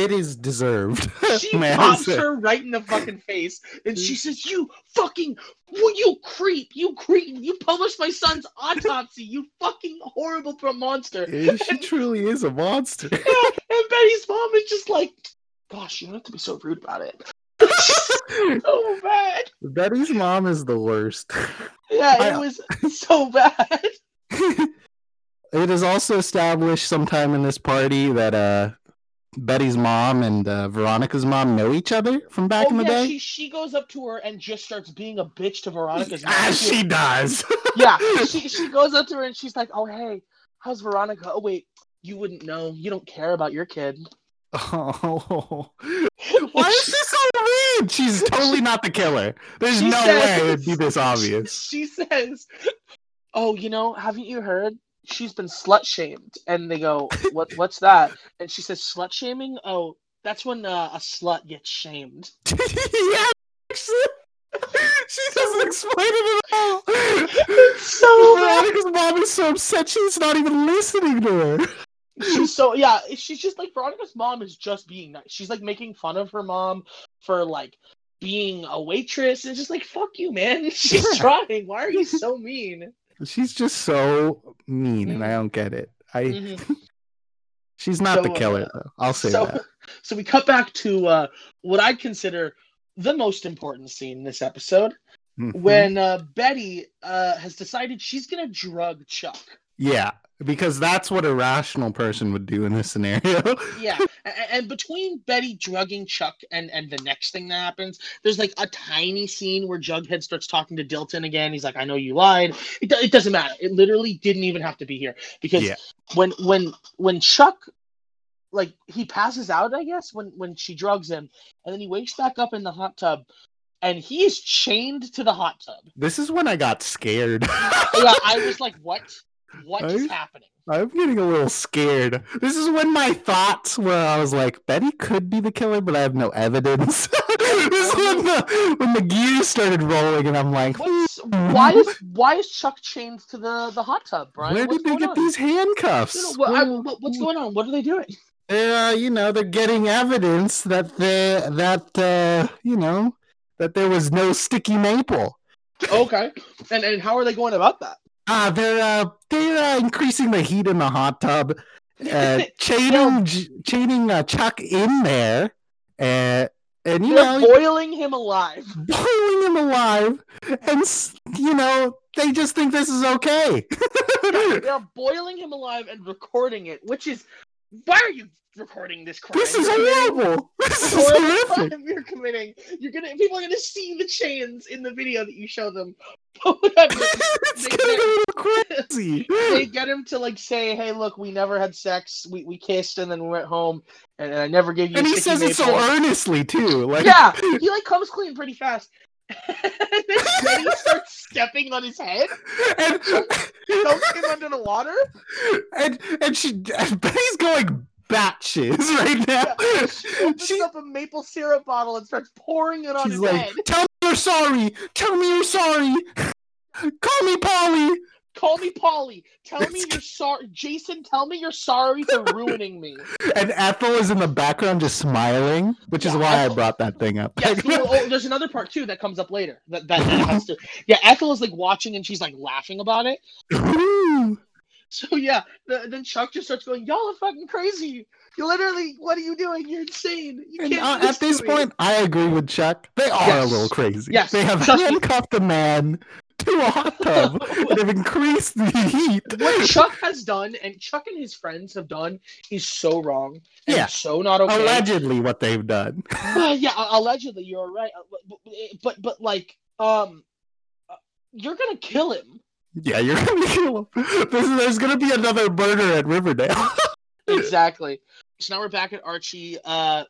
[SPEAKER 2] it is deserved. (laughs)
[SPEAKER 1] She
[SPEAKER 2] may I
[SPEAKER 1] pops
[SPEAKER 2] say.
[SPEAKER 1] her right in the fucking face, and she says, "You fucking, well, you creep, you creep, you published my son's autopsy, you fucking horrible monster."
[SPEAKER 2] Eh, She truly is a monster.
[SPEAKER 1] (laughs)
[SPEAKER 2] (laughs)
[SPEAKER 1] Yeah, and Betty's mom is just like, gosh, you don't have to be so rude about it. (laughs) so bad.
[SPEAKER 2] Betty's mom is the worst. (laughs)
[SPEAKER 1] Yeah,
[SPEAKER 2] I- uh,
[SPEAKER 1] it was so bad.
[SPEAKER 2] It is also established sometime in this party that uh Betty's mom and uh, Veronica's mom know each other from back
[SPEAKER 1] oh,
[SPEAKER 2] in the
[SPEAKER 1] yeah,
[SPEAKER 2] day.
[SPEAKER 1] She, she goes up to her and just starts being a bitch to Veronica's mom.
[SPEAKER 2] As Ah, she does.
[SPEAKER 1] (laughs)
[SPEAKER 2] (laughs)
[SPEAKER 1] yeah, she, she goes up to her and she's like, oh, hey, how's Veronica? Oh, wait, you wouldn't know. You don't care about your kid.
[SPEAKER 2] Oh. Why
[SPEAKER 1] Like,
[SPEAKER 2] is she so weird? She's totally not the killer. There's
[SPEAKER 1] She
[SPEAKER 2] no
[SPEAKER 1] says-
[SPEAKER 2] way it'd be this
[SPEAKER 1] (laughs)
[SPEAKER 2] obvious.
[SPEAKER 1] She, she says, "Oh, you know, haven't you heard? She's been slut shamed." And they
[SPEAKER 2] (laughs)
[SPEAKER 1] go, "What? What's that?" And she says, "Slut shaming? Oh, that's when uh, a slut gets shamed."
[SPEAKER 2] yeah, she, she doesn't explain it at
[SPEAKER 1] (laughs)
[SPEAKER 2] all.
[SPEAKER 1] so
[SPEAKER 2] (laughs)
[SPEAKER 1] bad.
[SPEAKER 2] Veronica's mom is so upset she's not even listening to her.
[SPEAKER 1] She's so yeah. She's just like Veronica's mom is just being nice. She's like making fun of her mom for like being a waitress and just like fuck you, man. (laughs) She's
[SPEAKER 2] Yeah.
[SPEAKER 1] trying. Why are you so mean?
[SPEAKER 2] She's just so mean, and I don't get it. I
[SPEAKER 1] Mhm.
[SPEAKER 2] she's not the
[SPEAKER 1] So,
[SPEAKER 2] killer though. I'll say
[SPEAKER 1] so,
[SPEAKER 2] that.
[SPEAKER 1] (laughs) so we cut back to uh, what I consider the most important scene in this episode
[SPEAKER 2] Mhm.
[SPEAKER 1] when uh, Betty uh, has decided she's gonna drug Chuck.
[SPEAKER 2] yeah, because that's what a rational person would do in this scenario. (laughs)
[SPEAKER 1] Yeah, and, and between Betty drugging Chuck and and the next thing that happens, there's like a tiny scene where Jughead starts talking to Dilton again. He's like, "I know you lied. It, do- it doesn't matter. It literally didn't even have to be here because
[SPEAKER 2] Yeah.
[SPEAKER 1] when when when Chuck." Like he passes out, I guess, when when she drugs him, and then he wakes back up in the hot tub, and he is chained to the hot tub.
[SPEAKER 2] this is when I got scared. (laughs)
[SPEAKER 1] yeah, I was like, "What? What is
[SPEAKER 2] Right?
[SPEAKER 1] happening?"
[SPEAKER 2] I'm getting a little scared. This is when my thoughts were I was like, Betty could be the killer, but I have no evidence. (laughs) this is when the when the gears started rolling and I'm like, "Hmm,
[SPEAKER 1] What's why is why is Chuck chained to the the hot tub, Brian?
[SPEAKER 2] where
[SPEAKER 1] What's
[SPEAKER 2] did they
[SPEAKER 1] going
[SPEAKER 2] get
[SPEAKER 1] on?
[SPEAKER 2] these
[SPEAKER 1] No, no,
[SPEAKER 2] handcuffs?
[SPEAKER 1] what- I-
[SPEAKER 2] Well,
[SPEAKER 1] what- what's going on? What are they
[SPEAKER 2] (laughs)
[SPEAKER 1] doing?
[SPEAKER 2] uh, you know, they're getting evidence that they that uh, you know, that there was no sticky maple.
[SPEAKER 1] Okay. And and how are they going about that?
[SPEAKER 2] Ah, they're uh, they're uh, increasing the heat in the hot tub,
[SPEAKER 1] (laughs)
[SPEAKER 2] uh, chaining J- chaining uh, Chuck in there, and and you
[SPEAKER 1] They're
[SPEAKER 2] know
[SPEAKER 1] boiling him alive.
[SPEAKER 2] boiling him alive, and s- you know they just think this is okay. (laughs)
[SPEAKER 1] They're boiling him alive and recording it, which is why are you recording this crime?
[SPEAKER 2] this is
[SPEAKER 1] You're committing
[SPEAKER 2] horrible. (laughs) This is
[SPEAKER 1] horrible
[SPEAKER 2] horrific. (laughs)
[SPEAKER 1] crime (laughs) You're committing. You're gonna. People are gonna see the chains in the video that you show them. (laughs) they
[SPEAKER 2] it's getting a little
[SPEAKER 1] (laughs)
[SPEAKER 2] crazy. (laughs)
[SPEAKER 1] get him to like say, "Hey, look, we never had sex. We we kissed and then we went home, and, and I never gave you." a
[SPEAKER 2] And he
[SPEAKER 1] sticky
[SPEAKER 2] says it so
[SPEAKER 1] maple."
[SPEAKER 2] earnestly too. Like (laughs)
[SPEAKER 1] yeah, he like comes clean pretty fast. (laughs) and then then
[SPEAKER 2] (laughs)
[SPEAKER 1] he starts stepping on his head,
[SPEAKER 2] and
[SPEAKER 1] dumps him under the water.
[SPEAKER 2] and and she and Betty's going batches (laughs) right now.
[SPEAKER 1] Yeah, she opens
[SPEAKER 2] She-
[SPEAKER 1] up a maple syrup bottle and starts pouring it on
[SPEAKER 2] she's
[SPEAKER 1] his
[SPEAKER 2] like,
[SPEAKER 1] head.
[SPEAKER 2] "Tell me you're sorry. Tell me you're sorry. Call me Polly."
[SPEAKER 1] Call me Polly. Tell me you're sorry, Jason. Tell me you're sorry for ruining
[SPEAKER 2] (laughs)
[SPEAKER 1] me.
[SPEAKER 2] And Ethel is in the background just smiling, which is
[SPEAKER 1] Yeah,
[SPEAKER 2] why I
[SPEAKER 1] Ethel-
[SPEAKER 2] brought that thing up.
[SPEAKER 1] Yes, well, oh, there's another part too that comes up later. That that, that has to. Yeah, Ethel is like watching and she's like laughing about it.
[SPEAKER 2] (laughs) Ooh.
[SPEAKER 1] So yeah, the, then Chuck just starts going, "Y'all are fucking crazy. You literally, what are you doing? You're insane. You
[SPEAKER 2] and
[SPEAKER 1] can't."
[SPEAKER 2] uh,
[SPEAKER 1] do
[SPEAKER 2] at this
[SPEAKER 1] to me."
[SPEAKER 2] point, I agree with Chuck. They are
[SPEAKER 1] Yes.
[SPEAKER 2] a little crazy.
[SPEAKER 1] Yes.
[SPEAKER 2] They have
[SPEAKER 1] Trust me.
[SPEAKER 2] handcuffed a man to a hot tub and have increased the heat.
[SPEAKER 1] what Chuck has done and Chuck and his friends have done is so wrong and
[SPEAKER 2] Yeah.
[SPEAKER 1] so not okay.
[SPEAKER 2] Allegedly, what they've done. (laughs)
[SPEAKER 1] Uh, yeah, a- allegedly you're right, Uh, but but, but, but like um, uh, you're gonna kill him.
[SPEAKER 2] Yeah, you're gonna kill him. This, (laughs) there's gonna be another murder at Riverdale. (laughs)
[SPEAKER 1] Exactly. So now we're back at Archie. Uh,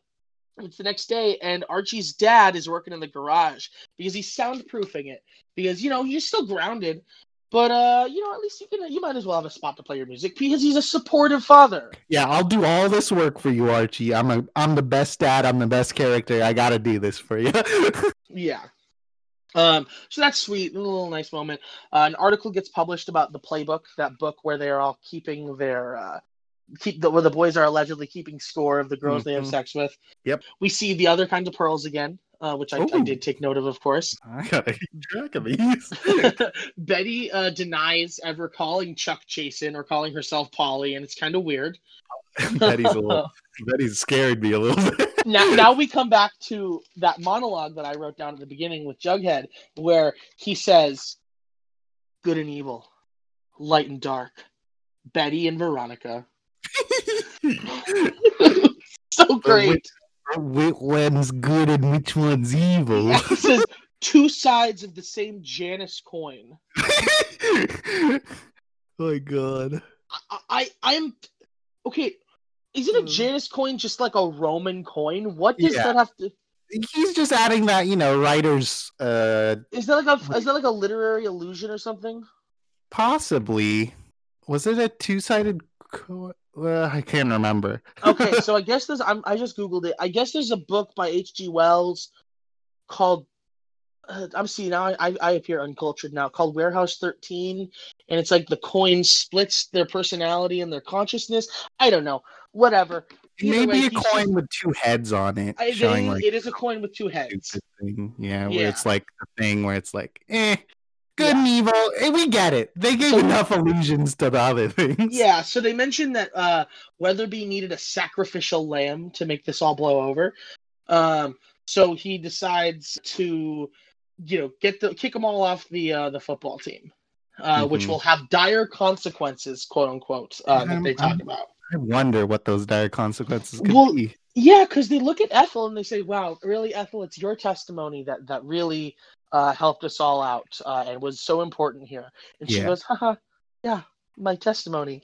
[SPEAKER 1] it's the next day, and Archie's dad is working in the garage because he's soundproofing it. Because you know he's still grounded, but uh, you know at least you can you might as well have a spot to play your music because he's a supportive father.
[SPEAKER 2] yeah, I'll do all this work for you, Archie. I'm a, I'm the best dad. I'm the best character. I gotta do this for you. (laughs)
[SPEAKER 1] Yeah. Um, so that's sweet, a little nice moment. Uh, an article gets published about the playbook, that book where they're all keeping their uh, keep the, where the boys are allegedly keeping score of the girls they have
[SPEAKER 2] Mhm.
[SPEAKER 1] sex with.
[SPEAKER 2] Yep.
[SPEAKER 1] We see the other kinds of pearls again, uh, which I, I
[SPEAKER 2] Ooh.
[SPEAKER 1] did take note of, of course.
[SPEAKER 2] I gotta keep track of these. (laughs)
[SPEAKER 1] (laughs) Betty uh, denies ever calling Chuck Jason or calling herself Polly, and it's kind of weird.
[SPEAKER 2] Betty's a little. Betty's scared me a little bit. (laughs)
[SPEAKER 1] now, now we come back to that monologue that I wrote down at the beginning with Jughead, where he says, "Good and evil, light and dark, Betty and Veronica." (laughs) so great.
[SPEAKER 2] Which one's good and which one's evil? (laughs)
[SPEAKER 1] (laughs) He says, two sides of the same Janus coin.
[SPEAKER 2] Oh my God.
[SPEAKER 1] I, I, I'm okay. Isn't a
[SPEAKER 2] Hmm.
[SPEAKER 1] Janus coin just like a Roman coin? What does
[SPEAKER 2] Yeah.
[SPEAKER 1] that have to?
[SPEAKER 2] He's just adding that, you know, writers uh
[SPEAKER 1] Is that like a? Is that like a literary illusion or something?
[SPEAKER 2] possibly was it a two-sided co- uh, I can't remember. (laughs)
[SPEAKER 1] okay, so I guess there's. I'm, I just googled it. I guess there's a book by H.G. Wells called. Uh, I'm seeing now. I, I- I appear uncultured now. Called Warehouse 13, and it's like the coin splits their personality and their consciousness. I don't know. Whatever. Either
[SPEAKER 2] Maybe
[SPEAKER 1] way,
[SPEAKER 2] a
[SPEAKER 1] he's
[SPEAKER 2] coin with two heads on it,
[SPEAKER 1] I,
[SPEAKER 2] showing
[SPEAKER 1] they,
[SPEAKER 2] like
[SPEAKER 1] it is a coin with two heads.
[SPEAKER 2] stupid thing.
[SPEAKER 1] Yeah.
[SPEAKER 2] Yeah, where it's like the thing where it's like, eh, good
[SPEAKER 1] Yeah.
[SPEAKER 2] and evil. eh, we get it. They gave
[SPEAKER 1] So-
[SPEAKER 2] enough allusions to the
[SPEAKER 1] (laughs)
[SPEAKER 2] other things.
[SPEAKER 1] Yeah, so they mentioned that uh, Weatherby needed a sacrificial lamb to make this all blow over. Um, so he decides to, you know, get the kick them all off the uh, the football team, uh, which
[SPEAKER 2] Mhm.
[SPEAKER 1] will have dire consequences, quote unquote, uh, that they
[SPEAKER 2] Um,
[SPEAKER 1] talk
[SPEAKER 2] um,
[SPEAKER 1] about.
[SPEAKER 2] I wonder what those dire consequences could
[SPEAKER 1] Well,
[SPEAKER 2] be.
[SPEAKER 1] Yeah, because they look at Ethel and they say, "Wow, really, Ethel, it's your testimony that that really uh, helped us all out uh, and was so important here." And she
[SPEAKER 2] Yeah.
[SPEAKER 1] goes, "Haha, yeah, my (laughs) testimony.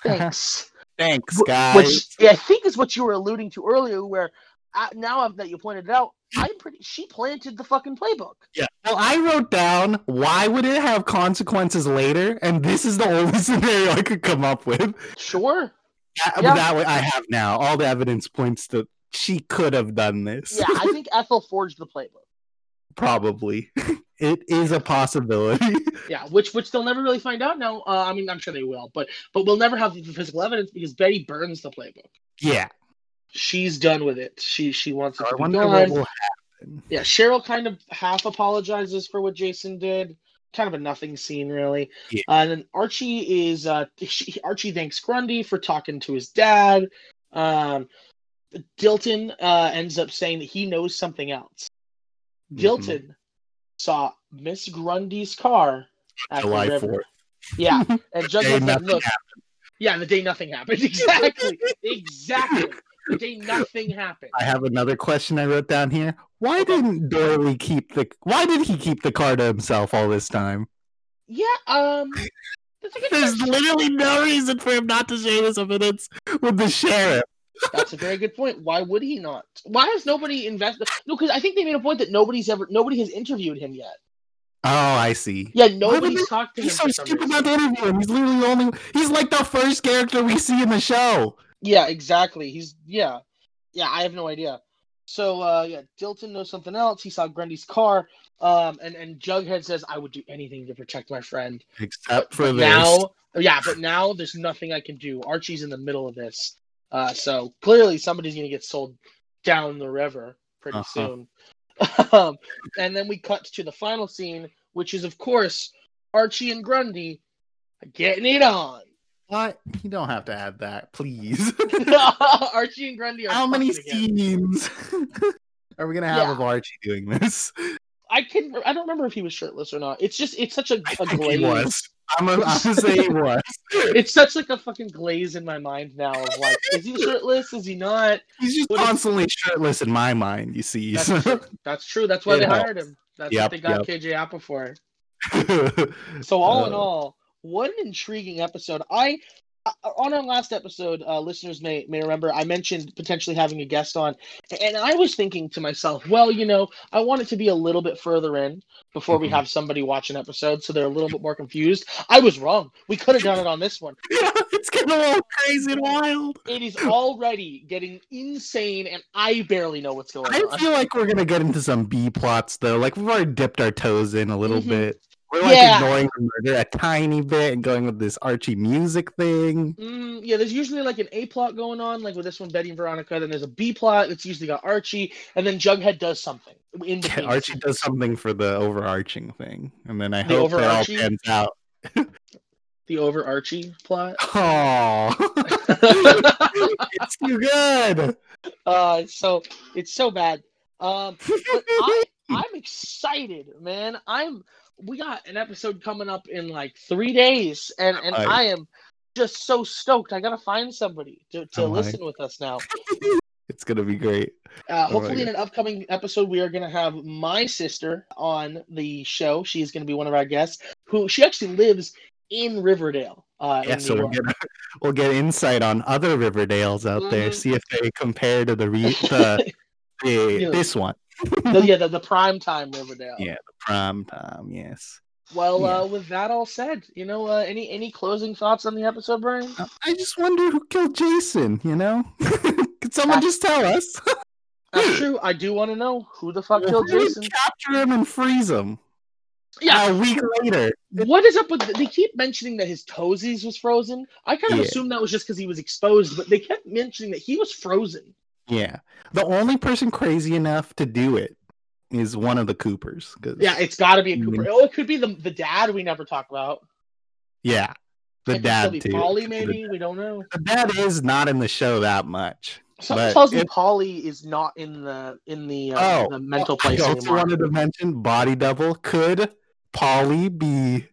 [SPEAKER 1] Thanks."
[SPEAKER 2] (laughs) Thanks,
[SPEAKER 1] Wh-
[SPEAKER 2] guys.
[SPEAKER 1] which I think is what you were alluding to earlier, where uh, now that you pointed it out, I'm pretty. She planted the fucking playbook.
[SPEAKER 2] Yeah. Well, I wrote down why would it have consequences later, and this is the only (laughs) scenario I could come up with.
[SPEAKER 1] Sure.
[SPEAKER 2] That,
[SPEAKER 1] Yeah.
[SPEAKER 2] that way I have now. All the evidence points to she could have done this.
[SPEAKER 1] Yeah, I think Ethel forged the playbook.
[SPEAKER 2] (laughs) Probably. (laughs) It is a possibility. (laughs)
[SPEAKER 1] Yeah, which which they'll never really find out now. Uh, I mean, I'm sure they will, but but we'll never have the physical evidence because Betty burns the playbook.
[SPEAKER 2] yeah.
[SPEAKER 1] She's done with it. She she wants
[SPEAKER 2] So
[SPEAKER 1] it
[SPEAKER 2] I
[SPEAKER 1] to be
[SPEAKER 2] wonder what
[SPEAKER 1] done.
[SPEAKER 2] will
[SPEAKER 1] Yeah, Cheryl kind of half apologizes for what Jason did. Kind of a nothing scene, really.
[SPEAKER 2] Yeah.
[SPEAKER 1] Uh, and then Archie is uh, (laughs) she, Archie thanks Grundy for talking to his dad. Um, Dilton uh, ends up saying that he knows something else.
[SPEAKER 2] Mm-hmm.
[SPEAKER 1] Dilton saw Miss Grundy's car at the
[SPEAKER 2] July
[SPEAKER 1] river.
[SPEAKER 2] fourth. (laughs)
[SPEAKER 1] Yeah, and Judge
[SPEAKER 2] Day
[SPEAKER 1] Lynn said,
[SPEAKER 2] nothing
[SPEAKER 1] "Look, yeah, the day nothing happened. (laughs) Exactly, exactly. The day nothing happened.
[SPEAKER 2] I have another question I wrote down here. Why didn't Doily keep the? Why did he keep the car to himself all this time?
[SPEAKER 1] Yeah, um, that's a good
[SPEAKER 2] (laughs) There's
[SPEAKER 1] question.
[SPEAKER 2] literally no reason for him not to share this evidence with the sheriff.
[SPEAKER 1] That's a very good point. Why would he not? Why has nobody invested? No, because I think they made a point that nobody's ever nobody has interviewed him yet.
[SPEAKER 2] Oh, I see.
[SPEAKER 1] Yeah, nobody's
[SPEAKER 2] they-
[SPEAKER 1] talked to him.
[SPEAKER 2] He's so
[SPEAKER 1] for some
[SPEAKER 2] stupid
[SPEAKER 1] reason.
[SPEAKER 2] not to interview him. He's literally the only. He's like the first character we see in the show.
[SPEAKER 1] Yeah, exactly. He's yeah, yeah. I have no idea. So uh, yeah, Dilton knows something else. He saw Grundy's car, um, and and Jughead says, "I would do anything to protect my friend."
[SPEAKER 2] Except for this.
[SPEAKER 1] Now, yeah, but now there's nothing I can do. Archie's in the middle of this, uh, so clearly somebody's gonna get sold down the river pretty
[SPEAKER 2] Uh-huh.
[SPEAKER 1] soon. (laughs) um, and then we cut to the final scene, which is of course Archie and Grundy getting it on. (laughs)
[SPEAKER 2] What? You don't have to add that, please.
[SPEAKER 1] Archie and Grundy are
[SPEAKER 2] How many
[SPEAKER 1] fucking together.
[SPEAKER 2] scenes (laughs) are we gonna have
[SPEAKER 1] Yeah.
[SPEAKER 2] of Archie doing this?
[SPEAKER 1] I can I don't remember if he was shirtless or not. It's just it's such a,
[SPEAKER 2] I
[SPEAKER 1] (laughs) a
[SPEAKER 2] think (laughs) he
[SPEAKER 1] glaze.
[SPEAKER 2] was. I'm gonna, I'm gonna say
[SPEAKER 1] (laughs)
[SPEAKER 2] he was.
[SPEAKER 1] It's such like a fucking glaze in my mind now of like, is he shirtless? Is he not?
[SPEAKER 2] He's just
[SPEAKER 1] What if-
[SPEAKER 2] constantly shirtless in my mind. You see. (laughs)
[SPEAKER 1] That's true. That's true. That's why
[SPEAKER 2] It
[SPEAKER 1] they
[SPEAKER 2] helps.
[SPEAKER 1] hired him. That's
[SPEAKER 2] Yep, Uh,
[SPEAKER 1] what they got KJ Apple for. So
[SPEAKER 2] so
[SPEAKER 1] all in all, what an intriguing episode. I uh, on our last episode, uh, listeners may may remember I mentioned potentially having a guest on, and I was thinking to myself, well, you know, I want it to be a little bit further in before we
[SPEAKER 2] Mhm.
[SPEAKER 1] have somebody watch an episode, so they're a little bit more confused. I was wrong. We could have done it on this one.
[SPEAKER 2] it's getting a little crazy and wild.
[SPEAKER 1] It is already getting insane, and I barely know what's going
[SPEAKER 2] I
[SPEAKER 1] on.
[SPEAKER 2] feel like we're gonna get into some B plots though. Like we've already dipped our toes in a little
[SPEAKER 1] Mhm.
[SPEAKER 2] bit. We're like
[SPEAKER 1] Yeah.
[SPEAKER 2] ignoring the murder a tiny bit and going with this Archie music thing.
[SPEAKER 1] Mm, yeah, there's usually like an A plot going on, like with this one, Betty and Veronica. Then there's a B plot that's usually got Archie, and then Jughead does something (laughs) in
[SPEAKER 2] Yeah,
[SPEAKER 1] between.
[SPEAKER 2] Archie does something for the overarching thing, and then I
[SPEAKER 1] The
[SPEAKER 2] hope that all
[SPEAKER 1] overarching?
[SPEAKER 2] pans out.
[SPEAKER 1] the over Archie
[SPEAKER 2] (laughs)
[SPEAKER 1] plot. (laughs)
[SPEAKER 2] Oh, (laughs) it's too good. (laughs)
[SPEAKER 1] uh, it's so it's so bad. Um, but I
[SPEAKER 2] Hmm.
[SPEAKER 1] I'm excited, man. I'm we got an episode coming up in like three days, and and
[SPEAKER 2] Right.
[SPEAKER 1] I am just so stoked. I gotta find somebody to to
[SPEAKER 2] Right.
[SPEAKER 1] listen with us now.
[SPEAKER 2] It's gonna be great.
[SPEAKER 1] Uh,
[SPEAKER 2] Oh my
[SPEAKER 1] hopefully, in an upcoming episode, we are going to have my sister on the show. She is going to be one of our guests. Who she actually lives in Riverdale. Uh,
[SPEAKER 2] Yeah,
[SPEAKER 1] in
[SPEAKER 2] so
[SPEAKER 1] New
[SPEAKER 2] we'll
[SPEAKER 1] York.
[SPEAKER 2] get we'll get insight on other Riverdales out there.
[SPEAKER 1] Mhm.
[SPEAKER 2] See if they compare to the re-
[SPEAKER 1] (laughs)
[SPEAKER 2] the, the
[SPEAKER 1] Yeah.
[SPEAKER 2] this one
[SPEAKER 1] The- yeah, the, the prime time Riverdale.
[SPEAKER 2] Yeah. prime time. um, Yes,
[SPEAKER 1] Well,
[SPEAKER 2] Yeah.
[SPEAKER 1] uh, with that all said, you know, uh, any any closing thoughts on the episode, Brian?
[SPEAKER 2] I- Uh, I just wonder who killed Jason. You know, (laughs) could someone just tell us?
[SPEAKER 1] That's Uh, true. I do want to know who the fuck
[SPEAKER 2] (laughs)
[SPEAKER 1] killed
[SPEAKER 2] Who would
[SPEAKER 1] Jason.
[SPEAKER 2] Capture him and freeze him.
[SPEAKER 1] Yeah.
[SPEAKER 2] a week later.
[SPEAKER 1] What is up with? They keep mentioning that his toesies was frozen. I kind of
[SPEAKER 2] Yeah.
[SPEAKER 1] assumed that was just because he was exposed, but they kept mentioning that he was frozen.
[SPEAKER 2] Yeah, the only person crazy enough to do it is one of the Coopers. 'cause-
[SPEAKER 1] Yeah, it's got to be a Cooper.
[SPEAKER 2] Mhm.
[SPEAKER 1] Oh, it could be the the dad we never talk about.
[SPEAKER 2] yeah,
[SPEAKER 1] It
[SPEAKER 2] the
[SPEAKER 1] could still
[SPEAKER 2] dad
[SPEAKER 1] be
[SPEAKER 2] too.
[SPEAKER 1] Polly,
[SPEAKER 2] The-
[SPEAKER 1] maybe we don't know.
[SPEAKER 2] the dad is not in the show that much.
[SPEAKER 1] Something
[SPEAKER 2] But
[SPEAKER 1] tells me
[SPEAKER 2] if-
[SPEAKER 1] Polly is not in the in the uh,
[SPEAKER 2] Oh,
[SPEAKER 1] the mental
[SPEAKER 2] I
[SPEAKER 1] place
[SPEAKER 2] also
[SPEAKER 1] anymore.
[SPEAKER 2] wanted to mention body double. Could Polly be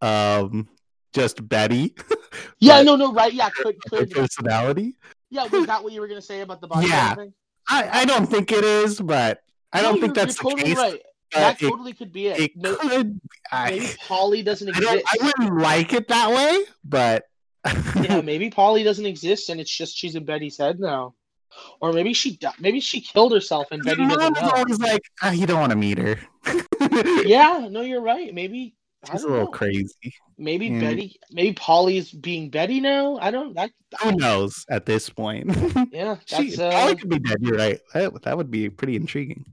[SPEAKER 2] um just Betty?
[SPEAKER 1] Yeah,
[SPEAKER 2] but-
[SPEAKER 1] no, no, right? Yeah,
[SPEAKER 2] (laughs)
[SPEAKER 1] could
[SPEAKER 2] Her
[SPEAKER 1] could
[SPEAKER 2] personality?
[SPEAKER 1] yeah. Was that what you were gonna say about the body?
[SPEAKER 2] Yeah.
[SPEAKER 1] thing?
[SPEAKER 2] I, I don't think it is, but I
[SPEAKER 1] No,
[SPEAKER 2] don't think
[SPEAKER 1] you're-
[SPEAKER 2] that's
[SPEAKER 1] you're totally
[SPEAKER 2] the case.
[SPEAKER 1] right.
[SPEAKER 2] but
[SPEAKER 1] That
[SPEAKER 2] it,
[SPEAKER 1] totally could be it.
[SPEAKER 2] it
[SPEAKER 1] no,
[SPEAKER 2] could.
[SPEAKER 1] maybe
[SPEAKER 2] I,
[SPEAKER 1] Polly doesn't
[SPEAKER 2] I don't.
[SPEAKER 1] exist.
[SPEAKER 2] I wouldn't like it that way, but
[SPEAKER 1] (laughs) yeah, maybe Polly doesn't exist, and it's just she's in Betty's head now. Or maybe she di- maybe she killed herself, and Betty doesn't
[SPEAKER 2] (laughs) mom is
[SPEAKER 1] know.
[SPEAKER 2] always like, "Ah, you don't want to meet her. (laughs)
[SPEAKER 1] Yeah, no, you're right. Maybe I
[SPEAKER 2] She's a
[SPEAKER 1] don't
[SPEAKER 2] little
[SPEAKER 1] know.
[SPEAKER 2] crazy.
[SPEAKER 1] Maybe
[SPEAKER 2] Yeah.
[SPEAKER 1] Betty, maybe Polly's being Betty now. I don't. That,
[SPEAKER 2] Who knows at this point? (laughs)
[SPEAKER 1] yeah, that's.
[SPEAKER 2] she,
[SPEAKER 1] uh,
[SPEAKER 2] Polly could be dead. You're right. That, that would be pretty intriguing.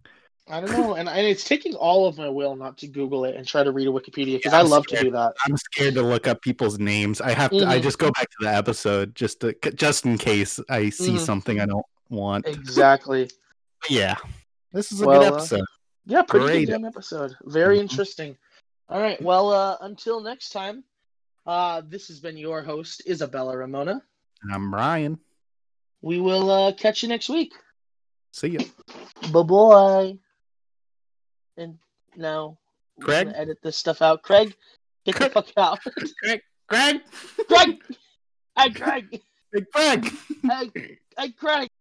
[SPEAKER 1] I don't know, and and it's taking all of my will not to Google it and try to read a Wikipedia because
[SPEAKER 2] Yeah,
[SPEAKER 1] I
[SPEAKER 2] I'm
[SPEAKER 1] love to
[SPEAKER 2] scared.
[SPEAKER 1] do that.
[SPEAKER 2] I'm scared to look up people's names. I have to. I
[SPEAKER 1] Mhm.
[SPEAKER 2] just go back to the episode just to, just in case I see
[SPEAKER 1] Mhm.
[SPEAKER 2] something I don't want.
[SPEAKER 1] Exactly.
[SPEAKER 2] But yeah, This is a
[SPEAKER 1] Well,
[SPEAKER 2] good
[SPEAKER 1] uh,
[SPEAKER 2] episode.
[SPEAKER 1] Yeah, pretty
[SPEAKER 2] Great.
[SPEAKER 1] good damn episode. Very
[SPEAKER 2] Mhm.
[SPEAKER 1] interesting. All right. Well, uh, until next time, uh, this has been your host, Isabella Ramona.
[SPEAKER 2] And I'm Ryan.
[SPEAKER 1] We will uh, catch you next week.
[SPEAKER 2] See ya.
[SPEAKER 1] Bye bye. And now, we're
[SPEAKER 2] Craig?
[SPEAKER 1] gonna edit this stuff out. Craig, get the fuck out. (laughs)
[SPEAKER 2] Greg.
[SPEAKER 1] Craig! Hey, Craig!
[SPEAKER 2] Big Greg.
[SPEAKER 1] Hey, hey, Craig!